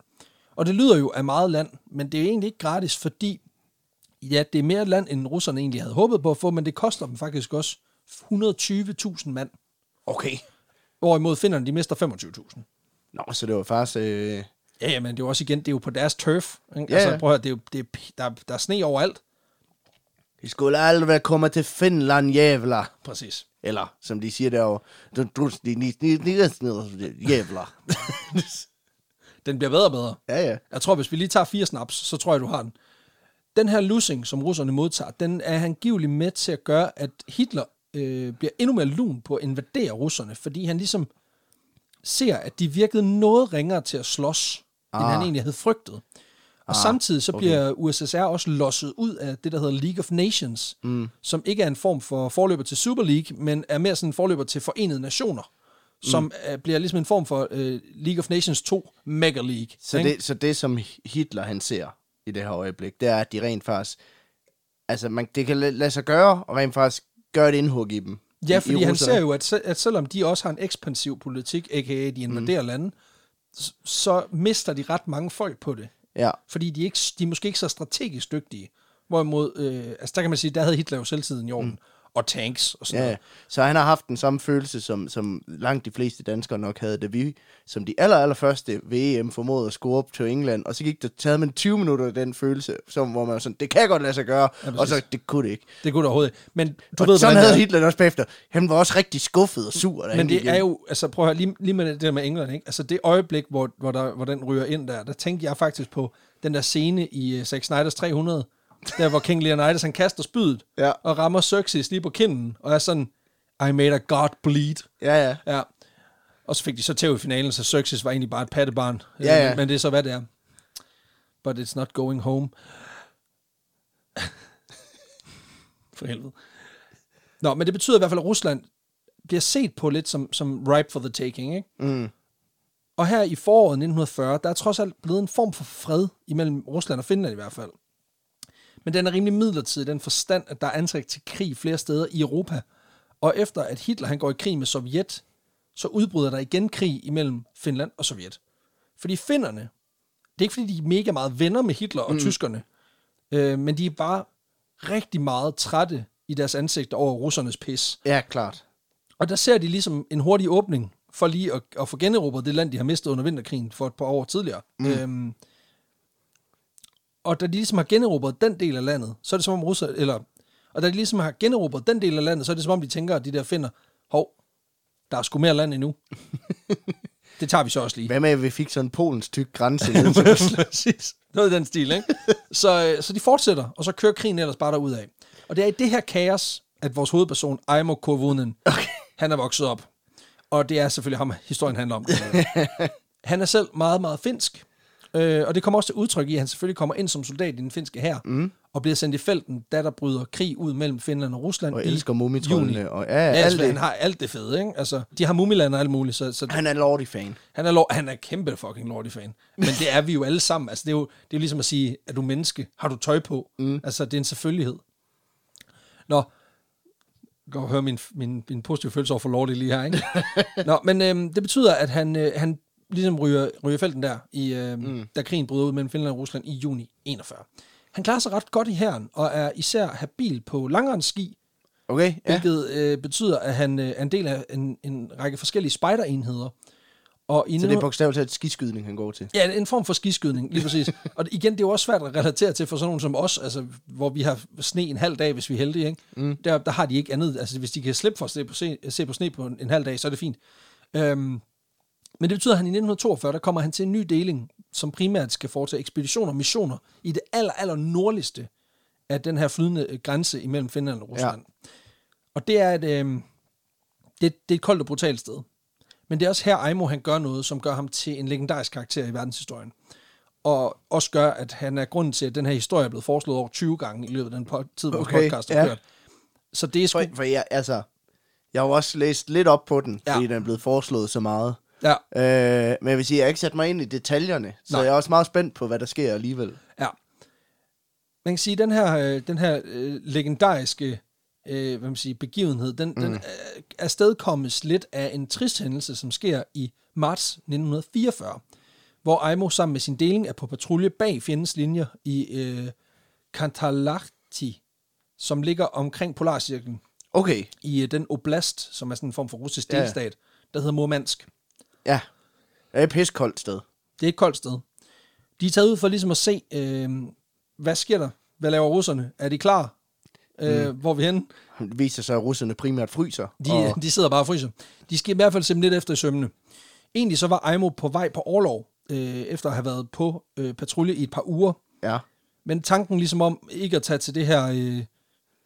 [SPEAKER 2] Og det lyder jo af meget land, men det er egentlig ikke gratis, fordi ja, det er mere land, end russerne egentlig havde håbet på at få, men det koster dem faktisk også 120.000 mand.
[SPEAKER 1] okay.
[SPEAKER 2] Hvorimod finnerne, de mister 25.000.
[SPEAKER 1] Nå, så det var faktisk... Øh,
[SPEAKER 2] Ja, ja, men det er jo også igen, det er jo på deres turf.
[SPEAKER 1] Ja,
[SPEAKER 2] Ikke? Ja, altså,
[SPEAKER 1] ja.
[SPEAKER 2] prøv at høre, det er jo, det er, p- der, der er sne overalt.
[SPEAKER 1] I skulle aldrig komme til Finland, jævler.
[SPEAKER 2] Præcis.
[SPEAKER 1] Eller, som de siger derovre, du du de ni ni ni jævler.
[SPEAKER 2] Den bliver bedre og bedre.
[SPEAKER 1] <laughs> Ja, ja.
[SPEAKER 2] Jeg tror, hvis vi lige tager fire snaps, så tror jeg, du har den. Den her lussing, som russerne modtager, den er angiveligt med til at gøre, at Hitler øh, bliver endnu mere lun på at invadere russerne, fordi han ligesom ser, at de virkede noget ringere til at slås, ah. end
[SPEAKER 1] Ah.
[SPEAKER 2] han egentlig havde frygtet. Og ah, samtidig så bliver USSR også losset ud af det, der hedder League of Nations, mm. som ikke er en form for forløber til Super League, men er mere sådan en forløber til Forenede Nationer, som mm. bliver ligesom en form for øh, League of Nations 2 Mega League.
[SPEAKER 1] Så
[SPEAKER 2] ikke?
[SPEAKER 1] det, så det, som Hitler han ser i det her øjeblik, det er, at de rent faktisk... Altså, man, det kan la- lade sig gøre, og rent faktisk gøre et indhug i dem.
[SPEAKER 2] Ja,
[SPEAKER 1] I-
[SPEAKER 2] fordi
[SPEAKER 1] i
[SPEAKER 2] han
[SPEAKER 1] russerne.
[SPEAKER 2] ser jo, at, se- at selvom de også har en ekspansiv politik, a.k.a. de invaderer mm. lande, s- så mister de ret mange folk på det.
[SPEAKER 1] Ja,
[SPEAKER 2] Fordi de, er ikke, de er måske ikke så strategisk dygtige. Hvorimod, øh, altså der kan man sige, der havde Hitler jo selv tiden i orden. Mm. Og tanks og sådan
[SPEAKER 1] ja,
[SPEAKER 2] noget.
[SPEAKER 1] ja. Så han har haft den samme følelse, som, som langt de fleste danskere nok havde, da vi som de aller, aller første VM formåede at score op til England, og så gik der taget man 20 minutter af den følelse, som, hvor man var sådan, det kan godt lade sig gøre, ja, og så, det kunne det ikke.
[SPEAKER 2] Det kunne du overhovedet ikke. Men du
[SPEAKER 1] Du og
[SPEAKER 2] ved,
[SPEAKER 1] ved, sådan
[SPEAKER 2] hvordan det
[SPEAKER 1] havde
[SPEAKER 2] er.
[SPEAKER 1] Hitler det også bagefter. Han var også rigtig skuffet og sur. da han
[SPEAKER 2] Men
[SPEAKER 1] gik
[SPEAKER 2] det
[SPEAKER 1] hjem.
[SPEAKER 2] er jo, altså prøv at høre, lige, lige med det der med England, ikke? altså det øjeblik, hvor, hvor, der, hvor den ryger ind der, der tænkte jeg faktisk på den der scene i uh, Zack Snyder's 300, der hvor King Leonidas han kaster spydet,
[SPEAKER 1] Ja.
[SPEAKER 2] og rammer Xerxes lige på kinden, og er sådan, I made a god bleed.
[SPEAKER 1] Ja, ja.
[SPEAKER 2] Ja. Og så fik de så tæv i finalen, så Xerxes var egentlig bare et pattebarn.
[SPEAKER 1] Ja, ja.
[SPEAKER 2] Øh, Men det er så, hvad det er. But it's not going home. <laughs> for helvede. Nå, men det betyder i hvert fald, at Rusland bliver set på lidt som, som ripe for the taking, ikke?
[SPEAKER 1] Mm.
[SPEAKER 2] Og her i foråret 1940, der er trods alt blevet en form for fred imellem Rusland og Finland i hvert fald. Men den er rimelig midlertidig i den forstand, at der er antræk til krig flere steder i Europa. Og efter at Hitler han går i krig med Sovjet, så udbryder der igen krig imellem Finland og Sovjet. Fordi finnerne, det er ikke fordi, de er mega meget venner med Hitler og mm. tyskerne, øh, men de er bare rigtig meget trætte i deres ansigter over russernes pis.
[SPEAKER 1] Ja, klart.
[SPEAKER 2] Og der ser de ligesom en hurtig åbning for lige at, at få generobret det land, de har mistet under vinterkrigen for et par år tidligere. Mm. Øhm, og da de ligesom har generobret den del af landet, så er det som om Russer, eller, og da de ligesom har generobret den del af landet, så er det som om de tænker, at de der finder, hov, der er sgu mere land endnu. det tager vi så også lige.
[SPEAKER 1] Hvad med, at vi fik sådan en polens tyk grænse? ned til- <laughs>
[SPEAKER 2] Præcis. Noget i den stil, ikke? Så, øh, så de fortsætter, og så kører krigen ellers bare derudad. Og det er i det her kaos, at vores hovedperson, Aimo Kurvunen, okay. han er vokset op. Og det er selvfølgelig ham, historien
[SPEAKER 1] <laughs>
[SPEAKER 2] handler om. han er selv meget, meget finsk. Øh, og det kommer også til udtryk i, at han selvfølgelig kommer ind som soldat i den finske hær, mm. og bliver sendt i felten, da der bryder krig ud mellem Finland og Rusland
[SPEAKER 1] og
[SPEAKER 2] <laughs> i
[SPEAKER 1] elsker
[SPEAKER 2] juni.
[SPEAKER 1] mumitrollene. Og ja,
[SPEAKER 2] Ja,
[SPEAKER 1] ja, alt
[SPEAKER 2] altså, han
[SPEAKER 1] det.
[SPEAKER 2] har alt det fede, ikke? Altså, de har mumiland og alt muligt, så, så
[SPEAKER 1] Han er Lordi-fan.
[SPEAKER 2] han er, lor- han er kæmpe fucking lortig fan. Men det er vi jo alle sammen. Altså, det, er jo, det er jo ligesom at sige, er du menneske? Har du tøj på? Mm. Altså, det er en selvfølgelighed. Nå, jeg kan godt høre min, min, min positive følelse over for lortig lige her,
[SPEAKER 1] <laughs>
[SPEAKER 2] ikke? Nå, men øhm, det betyder, at han, øh, han ligesom ryger, ryger felten der, i, øhm, mm. da krigen bryder ud mellem Finland og Rusland i juni 41. Han klarer sig ret godt i herren, og er især habil på langrendsski,
[SPEAKER 1] Okay, ja.
[SPEAKER 2] hvilket øh, betyder, at han øh, er en del af en, en række forskellige spejderenheder. Og i
[SPEAKER 1] Så det er bogstaveligt talt skiskydning, han går til.
[SPEAKER 2] Ja, en form for skiskydning, lige præcis. og igen, det er jo også svært at relatere til for sådan nogen som os, altså, hvor vi har sne en halv dag, hvis vi er heldige. Ikke? Mm. Der, der har de ikke andet. Altså, hvis de kan slippe for at se på, se, se på sne på en, en halv dag, så er det fint. Øhm, men det betyder, at han i 1942, der kommer han til en ny deling, som primært skal foretage ekspeditioner og missioner i det aller, aller nordligste af den her flydende øh, grænse imellem Finland og Rusland. Ja. Og det er et, øhm, det, det er et koldt og brutalt sted. Men det er også her, Aimo han gør noget, som gør ham til en legendarisk karakter i verdenshistorien. Og også gør, at han er grunden til, at den her historie er blevet foreslået over 20 gange i løbet af den po- tid, vores
[SPEAKER 1] Okay,
[SPEAKER 2] podcast har
[SPEAKER 1] ja.
[SPEAKER 2] kørt. Så det er sgu...
[SPEAKER 1] For, for jeg, altså, jeg har jo også læst lidt op på den,
[SPEAKER 2] Ja.
[SPEAKER 1] ja. fordi den er blevet foreslået så meget.
[SPEAKER 2] Ja,
[SPEAKER 1] Øh, men jeg vil sige, jeg har ikke sat mig ind i detaljerne, så
[SPEAKER 2] Nej.
[SPEAKER 1] Nej. jeg er også meget spændt på, hvad der sker alligevel.
[SPEAKER 2] Ja. Man kan sige, at den her, øh, den her øh, legendariske øh, hvad man siger, begivenhed, den, mm. den øh, afstedkommes lidt af en trist hændelse, som sker i marts 1944, hvor Aimo sammen med sin deling er på patrulje bag fjendens linjer i øh, Kantalahti, som ligger omkring Polarcirklen
[SPEAKER 1] Okay,
[SPEAKER 2] i øh, den oblast, som er sådan en form for russisk
[SPEAKER 1] Ja.
[SPEAKER 2] delstat, der hedder Murmansk.
[SPEAKER 1] ja. Det er et pissekoldt sted.
[SPEAKER 2] Det er et koldt sted. De er taget ud for ligesom at se, øh, hvad sker der? Hvad laver russerne? Er de klar? Øh, Hvor er vi henne?
[SPEAKER 1] Det viser sig, at russerne primært fryser.
[SPEAKER 2] De,
[SPEAKER 1] og,
[SPEAKER 2] de sidder bare og fryser. De skal i hvert fald simpe lidt efter i sømmene. Egentlig så var Aimo på vej på overlov, øh, efter at have været på øh, patrulje i et par uger.
[SPEAKER 1] ja.
[SPEAKER 2] Men tanken ligesom om ikke at tage til det her øh,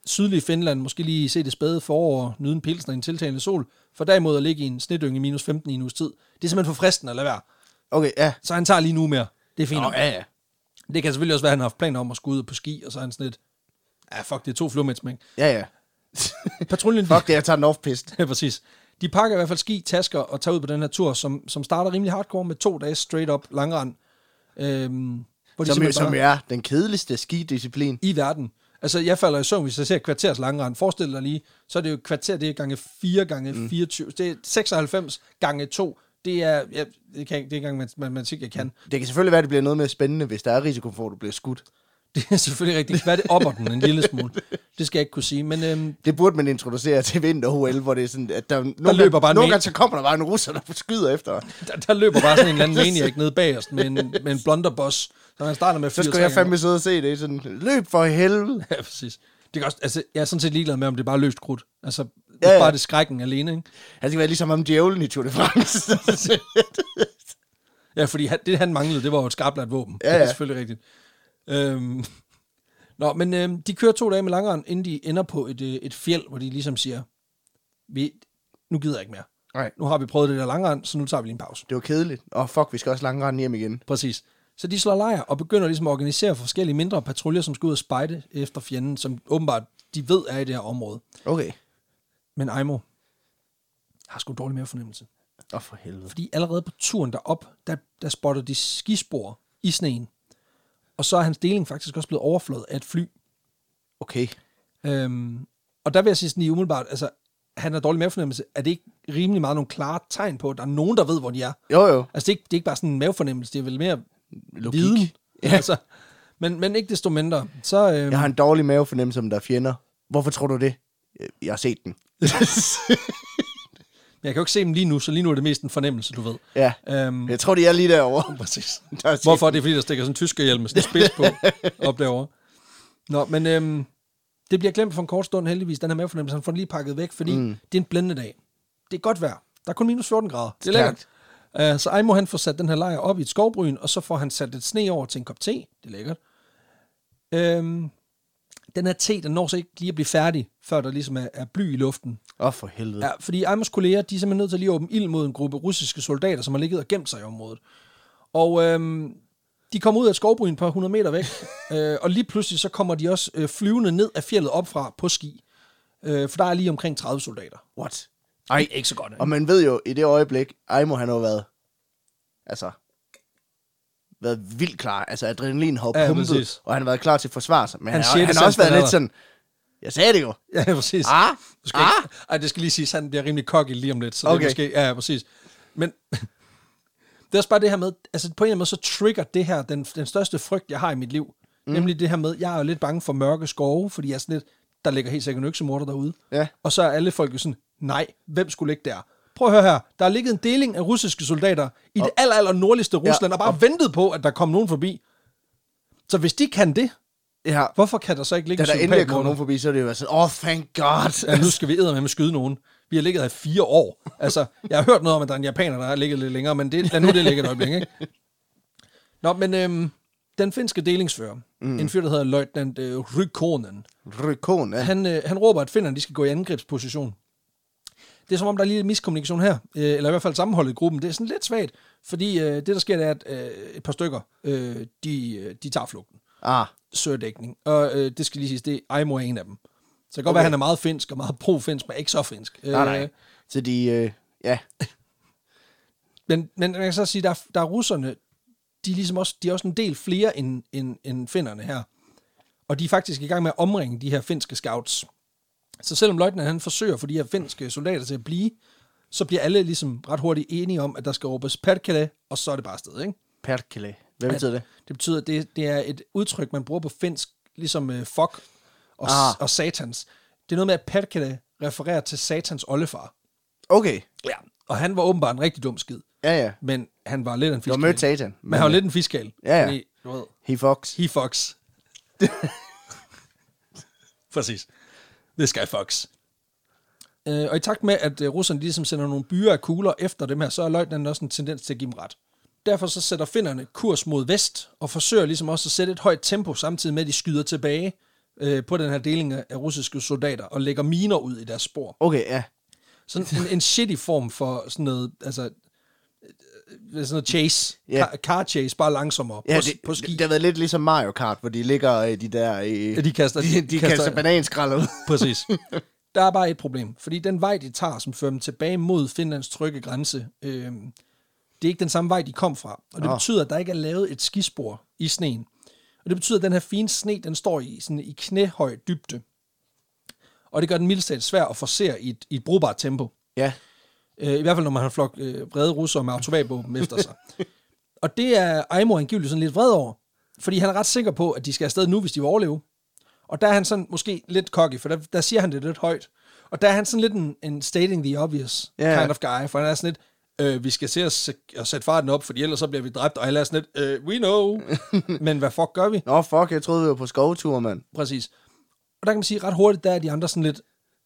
[SPEAKER 2] sydlige Finland, måske lige se det spæde forår og nyde en pilsner i en tiltagende sol, for derimod at ligge i en snedynge i minus 15 i en uges tid, det er simpelthen for fristende at lade være.
[SPEAKER 1] Okay, ja.
[SPEAKER 2] Så han tager lige nu mere. Det er fint. nok.
[SPEAKER 1] ja, ja.
[SPEAKER 2] Det kan selvfølgelig også være, at han har haft planer om at skulle ud på ski, og så er han sådan lidt, ja fuck, det er to fluer med et smæk.
[SPEAKER 1] Ja, ja.
[SPEAKER 2] Patruljen, de,
[SPEAKER 1] Fuck det, jeg tager den off-pist.
[SPEAKER 2] <laughs> ja, præcis. De pakker i hvert fald ski, tasker og tager ud på den her tur, som, som starter rimelig hardcore med to dage straight up langrand. Øhm, hvor
[SPEAKER 1] Som,
[SPEAKER 2] de
[SPEAKER 1] jo,
[SPEAKER 2] simpelthen
[SPEAKER 1] som
[SPEAKER 2] bare-
[SPEAKER 1] jo er den kedeligste skidisciplin.
[SPEAKER 2] i verden. Altså, jeg falder i søvn, hvis jeg ser et kvarters langrand. Forestil dig lige, så er det jo et kvarter, det er gange 4 gange mm. 24. Det er 96 gange 2. Det er, ja, det, kan, jeg ikke- det er ikke engang mat- matematik, jeg kan. <laughs>
[SPEAKER 1] Det kan selvfølgelig være, at det bliver noget mere spændende, hvis der er risiko for, at du bliver skudt.
[SPEAKER 2] Det er selvfølgelig rigtigt. Hvad er det opper den en lille smule? Det skal jeg ikke kunne sige. Men øhm,
[SPEAKER 1] Det burde man introducere <laughs> til vinter-OL, hvor det er sådan, at der, nogle,
[SPEAKER 2] løber
[SPEAKER 1] gange,
[SPEAKER 2] bare en
[SPEAKER 1] nogle
[SPEAKER 2] me-
[SPEAKER 1] gange, så kommer der bare en russer, der skyder efter dig.
[SPEAKER 2] der, der, løber bare sådan en eller anden maniac nede bag os med en, med en blunderboss. Så han starter med
[SPEAKER 1] Så
[SPEAKER 2] 4
[SPEAKER 1] skulle jeg fandme sidde og se det sådan, løb for helvede.
[SPEAKER 2] <laughs> Ja, præcis. Det kan også, altså, jeg er sådan set ligeglad med, om det er bare løst krudt. Altså,
[SPEAKER 1] Ja,
[SPEAKER 2] ja,
[SPEAKER 1] ja.
[SPEAKER 2] ja. bare det skrækken alene, ikke?
[SPEAKER 1] Han skal være ligesom om djævlen i Tour de France. <laughs>
[SPEAKER 2] Ja, fordi han, det, han manglede, det var jo et skarpladt våben.
[SPEAKER 1] Ja,
[SPEAKER 2] Ja, ja.
[SPEAKER 1] ja.
[SPEAKER 2] Det er selvfølgelig rigtigt. Øhm. Nå, men øhm, de kører to dage med langeren, inden de ender på et, øh, et fjeld, hvor de ligesom siger, vi, nu gider jeg ikke mere.
[SPEAKER 1] Nej.
[SPEAKER 2] Nu har vi prøvet det der langeren, så nu tager vi lige en pause.
[SPEAKER 1] det var kedeligt. Åh, oh, fuck, vi skal også langrende hjem igen.
[SPEAKER 2] Præcis. Så de slår lejr og begynder ligesom at organisere forskellige mindre patruljer, som skal ud og spejde efter fjenden, som åbenbart de ved er i det her område.
[SPEAKER 1] Okay.
[SPEAKER 2] Men Ejmo har sgu dårlig mere fornemmelse.
[SPEAKER 1] Åh, oh, for helvede.
[SPEAKER 2] Fordi allerede på turen derop, der, der spotter de skispor i sneen. Og så er hans deling faktisk også blevet overflået af et fly.
[SPEAKER 1] Okay.
[SPEAKER 2] Øhm, og der vil jeg sige sådan lige umiddelbart, altså, han har dårlig mavefornemmelse. Er det ikke rimelig meget nogle klare tegn på, at der er nogen, der ved, hvor de er?
[SPEAKER 1] Jo, jo.
[SPEAKER 2] Altså, det er ikke, det er ikke bare sådan en mavefornemmelse, det er vel mere
[SPEAKER 1] Logik.
[SPEAKER 2] viden. Ja. Altså, men, men ikke desto mindre, så... Øhm,
[SPEAKER 1] Jeg har en dårlig mavefornemmelse, om der er fjender. Hvorfor tror du det? Øh, Jeg har set den.
[SPEAKER 2] Jeg kan jo ikke se dem lige nu, så lige nu er det mest en fornemmelse, du ved.
[SPEAKER 1] ja.
[SPEAKER 2] Øhm,
[SPEAKER 1] Jeg tror, de er lige derovre. <laughs>
[SPEAKER 2] præcis.
[SPEAKER 1] Der er set
[SPEAKER 2] Hvorfor? Det er fordi, der stikker sådan en tyskerhjelm med sådan en spids <laughs> på op derovre. Nå, men øhm, det bliver glemt for en kort stund heldigvis, den her mavefornemmelse. Han får den lige pakket væk, fordi mm. det er en blændende dag. Det er godt vejr. Der er kun minus 14 grader. Det er lækkert.
[SPEAKER 1] Stærkt.
[SPEAKER 2] Uh, så Ejmo han får sat den her lejr op i et skovbryn, og så får han sat lidt sne over til en kop te. Det er lækkert. Øhm, den her te, den når så ikke lige at blive færdig, før der ligesom er, er bly i luften.
[SPEAKER 1] Åh, oh, for helvede.
[SPEAKER 2] Ja, fordi Amos kolleger, de er simpelthen nødt til lige at åbne ild mod en gruppe russiske soldater, som har ligget og gemt sig i området. Og øhm, de kommer ud af skovbryn et par hundrede meter <laughs> væk, øh, og lige pludselig så kommer de også øh, flyvende ned af fjellet opfra på ski. Øh, for der er lige omkring 30 soldater.
[SPEAKER 1] What?
[SPEAKER 2] Ej, ikke så godt.
[SPEAKER 1] Og man ved jo, i det øjeblik, Aimo han har jo været, altså, været vildt klar. Altså, adrenalin har
[SPEAKER 2] Ja,
[SPEAKER 1] ja, pumpet,
[SPEAKER 2] præcis.
[SPEAKER 1] og han har været klar til at forsvare sig. Men han,
[SPEAKER 2] Hans
[SPEAKER 1] han,
[SPEAKER 2] sjette
[SPEAKER 1] han har også
[SPEAKER 2] sans
[SPEAKER 1] været lidt
[SPEAKER 2] forlader.
[SPEAKER 1] sådan, jeg sagde det jo.
[SPEAKER 2] Ja, præcis.
[SPEAKER 1] Ah,
[SPEAKER 2] Du skal
[SPEAKER 1] ah.
[SPEAKER 2] ikke, ej, det skal lige siges, han bliver rimelig cocky lige om lidt. Så okay. det
[SPEAKER 1] Okay.
[SPEAKER 2] er måske, ja, ja, præcis. Men <laughs> det er også bare det her med, altså på en eller anden måde, så trigger det her den, den største frygt, jeg har i mit liv. Mm. Nemlig det her med, jeg er jo lidt bange for mørke skove, fordi jeg er sådan lidt, der ligger helt sikkert en øksemorder derude.
[SPEAKER 1] Ja.
[SPEAKER 2] Og så er alle folk jo sådan, nej, hvem skulle ligge der? Prøv at høre her, der har ligget en deling af russiske soldater i det aller, aller nordligste Rusland, ja. og bare ventet på, at der kom nogen forbi. Så hvis de kan det,
[SPEAKER 1] Ja,
[SPEAKER 2] hvorfor kan der så ikke ligge
[SPEAKER 1] da
[SPEAKER 2] en
[SPEAKER 1] der endelig kom
[SPEAKER 2] psykopatmorder?
[SPEAKER 1] nogen forbi, så er det jo været sådan, åh, oh, thank God.
[SPEAKER 2] Ja, nu skal vi med med skyde nogen. Vi har ligget her i fire år. Altså, jeg har hørt noget om, at der er en japaner, der har ligget lidt længere, men det, lad nu det ligge et øjeblik, ikke? Nå, men øhm, den finske delingsfører, mm. en fyr, der hedder Leutnant øh, Rykonen,
[SPEAKER 1] Rykon,
[SPEAKER 2] <laughs>
[SPEAKER 1] ja.
[SPEAKER 2] han, øh, han råber, at finderne de skal gå i angrebsposition. Det er som om, der er lige lidt miskommunikation her, øh, eller i hvert fald sammenholdet i gruppen. Det er sådan lidt svagt, fordi øh, det, der sker, det er, at øh, et par stykker, øh, de, øh, de tager flugten
[SPEAKER 1] Ah,
[SPEAKER 2] sørdækning. Og øh, det skal lige siges, det er Aimo er en af dem. Så det kan godt være, at han er meget finsk og meget pro-finsk, men ikke så finsk.
[SPEAKER 1] nej, nej.
[SPEAKER 2] Øh,
[SPEAKER 1] Så de, øh, ja,
[SPEAKER 2] men, men man kan så sige, der, er- der er russerne, de er, ligesom også, de er også en del flere end, end, end finderne her. Og de er faktisk i gang med at omringe de her finske scouts. Så selvom løjtnanten han forsøger for de her finske soldater til at blive, så bliver alle ligesom ret hurtigt enige om, at der skal råbes perkele, og så er det bare afsted, ikke?
[SPEAKER 1] Perkele. Hvad betyder det?
[SPEAKER 2] Det betyder, at det, det er et udtryk, man bruger på finsk, ligesom øh, fuck og,
[SPEAKER 1] Ah.
[SPEAKER 2] ah. og satans. Det er noget med, at Perkele refererer til satans oldefar.
[SPEAKER 1] Okay,
[SPEAKER 2] Ja. Og han var åbenbart en rigtig dum skid,
[SPEAKER 1] ja, ja.
[SPEAKER 2] men han var lidt en
[SPEAKER 1] Du har
[SPEAKER 2] fiskal.
[SPEAKER 1] mødt Satan.
[SPEAKER 2] men han var lidt en fiskal.
[SPEAKER 1] Ja, ja.
[SPEAKER 2] Fordi, du ved,
[SPEAKER 1] He fucks.
[SPEAKER 2] he fucks. <laughs> Præcis. This guy fucks. Øh, og i takt med, at øh, russerne ligesom sender nogle byer af kugler efter dem her, så er løjtnanten også en tendens til at give dem ret. Derfor så sætter finnerne kurs mod vest, og forsøger ligesom også at sætte et højt tempo, samtidig med, at de skyder tilbage øh, på den her deling af af russiske soldater, og lægger miner ud i deres spor.
[SPEAKER 1] Okay, ja.
[SPEAKER 2] Sådan en, en shitty form for sådan noget, altså øh, sådan noget chase,
[SPEAKER 1] Ja.
[SPEAKER 2] car, car chase, bare langsommere,
[SPEAKER 1] ja
[SPEAKER 2] på,
[SPEAKER 1] det,
[SPEAKER 2] på ski.
[SPEAKER 1] det, det har været lidt ligesom Mario Kart, hvor de ligger øh, de der... Øh,
[SPEAKER 2] Ja, de kaster-
[SPEAKER 1] de, de
[SPEAKER 2] de
[SPEAKER 1] kaster,
[SPEAKER 2] kaster-
[SPEAKER 1] bananskralder
[SPEAKER 2] <laughs>
[SPEAKER 1] ud.
[SPEAKER 2] Præcis. Der er bare et problem, fordi den vej, de tager, som fører dem tilbage mod Finlands trygge grænse, øh, det er ikke den samme vej, de kom fra. Og det
[SPEAKER 1] Nå.
[SPEAKER 2] betyder, at der ikke er lavet et skispor i sneen. Og det betyder, at den her fine sne, den står i, sådan i knæhøj dybde. Og det gør den mildest svær at forcere i et, i et brugbart tempo.
[SPEAKER 1] ja,
[SPEAKER 2] Øh, I hvert fald, når man har en flok øh, vrede russere med automatbåben efter sig. Og det er Aimo angiveligt sådan lidt vred over, fordi han er ret sikker på, at de skal afsted nu, hvis de vil overleve. Og der er han sådan måske lidt cocky, for der, der siger han det lidt højt. Og der er han sådan lidt en, en stating the obvious
[SPEAKER 1] Ja.
[SPEAKER 2] yeah. kind of guy, for han er sådan lidt, øh, vi skal se at, s- at sætte farten op, for ellers så bliver vi dræbt, og alle er sådan lidt, øh, we know, men hvad fuck gør vi?
[SPEAKER 1] Nå, fuck, jeg troede, vi var på skovtur, mand.
[SPEAKER 2] Præcis. Og der kan man sige, ret hurtigt, der er de andre sådan lidt,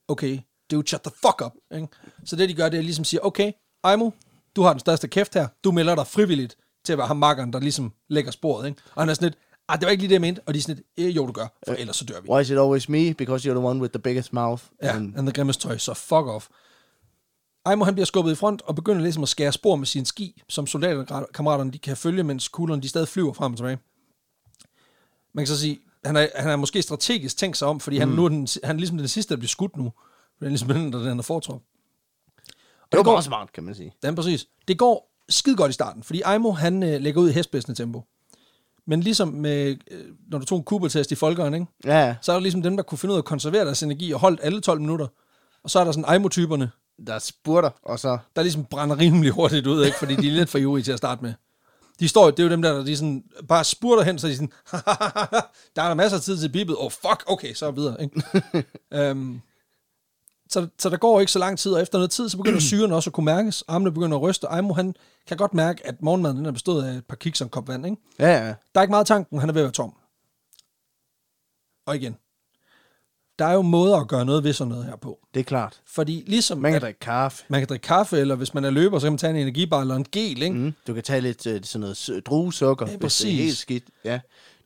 [SPEAKER 2] okay, dude, shut the fuck up. Ikke? Så det, de gør, det er ligesom siger, okay, Aimo, du har den største kæft her, du melder dig frivilligt til at være ham makkeren, der ligesom lægger sporet. Ikke? Og han er sådan lidt, ah, det var ikke lige det, jeg mente. Og de er sådan lidt, "Eh, jo, du gør, for ellers så dør vi.
[SPEAKER 1] Why is it always me? Because you're the one with the biggest mouth.
[SPEAKER 2] Ja,
[SPEAKER 1] And-
[SPEAKER 2] and the grimmest tøj, så fuck off. Aimo han bliver skubbet i front og begynder ligesom at skære spor med sin ski, som soldaterkammeraterne de kan følge, mens kuglerne de stadig flyver frem og tilbage. Man kan så sige, han er, han er måske strategisk tænkt sig om, fordi han, nu er den, han er ligesom den sidste, der bliver skudt nu. Det er ligesom den, der han er foretrukket.
[SPEAKER 1] det var
[SPEAKER 2] går-
[SPEAKER 1] bare smart, kan man sige.
[SPEAKER 2] Ja, præcis. Det går skide godt i starten, fordi Aimo, han øh, lægger ud i hestblæsende tempo. Men ligesom med, øh, når du tog en kubeltest i folkeren, ikke?
[SPEAKER 1] Ja, ja.
[SPEAKER 2] så er der ligesom dem, der kunne finde ud af at konservere deres energi og holdt alle 12 minutter. Og så er der sådan Aimo-typerne,
[SPEAKER 1] der spurter, og så...
[SPEAKER 2] der ligesom brænder rimelig hurtigt ud, ikke? fordi de er lidt for ivrige til at starte med. De står, det er jo dem der, der de sådan, bare spurter hen, så de sådan, <laughs> der er der masser af tid til bibet, oh fuck, okay, så videre. Ikke?
[SPEAKER 1] <laughs>
[SPEAKER 2] øhm, så, så der går ikke så lang tid, og efter noget tid,
[SPEAKER 1] <clears throat>
[SPEAKER 2] så begynder syren også at kunne mærkes, armene begynder at ryste, og Aimo, han kan godt mærke, at morgenmaden den er bestået af et par kiks og en kop vand. Ikke?
[SPEAKER 1] Ja, ja.
[SPEAKER 2] Der er ikke meget i tanken, han er ved at være tom. Og igen, der er jo måder at gøre noget ved sådan noget her på.
[SPEAKER 1] Det er klart.
[SPEAKER 2] Fordi ligesom...
[SPEAKER 1] Man kan
[SPEAKER 2] at-
[SPEAKER 1] drikke kaffe.
[SPEAKER 2] man kan drikke kaffe, eller hvis man er løber, så kan man tage en energibar eller en gel, ikke? Mm.
[SPEAKER 1] Mm. Du kan tage lidt øh, sådan noget sø- druesukker, ja, hvis det er
[SPEAKER 2] præcis.
[SPEAKER 1] helt skidt. Ja.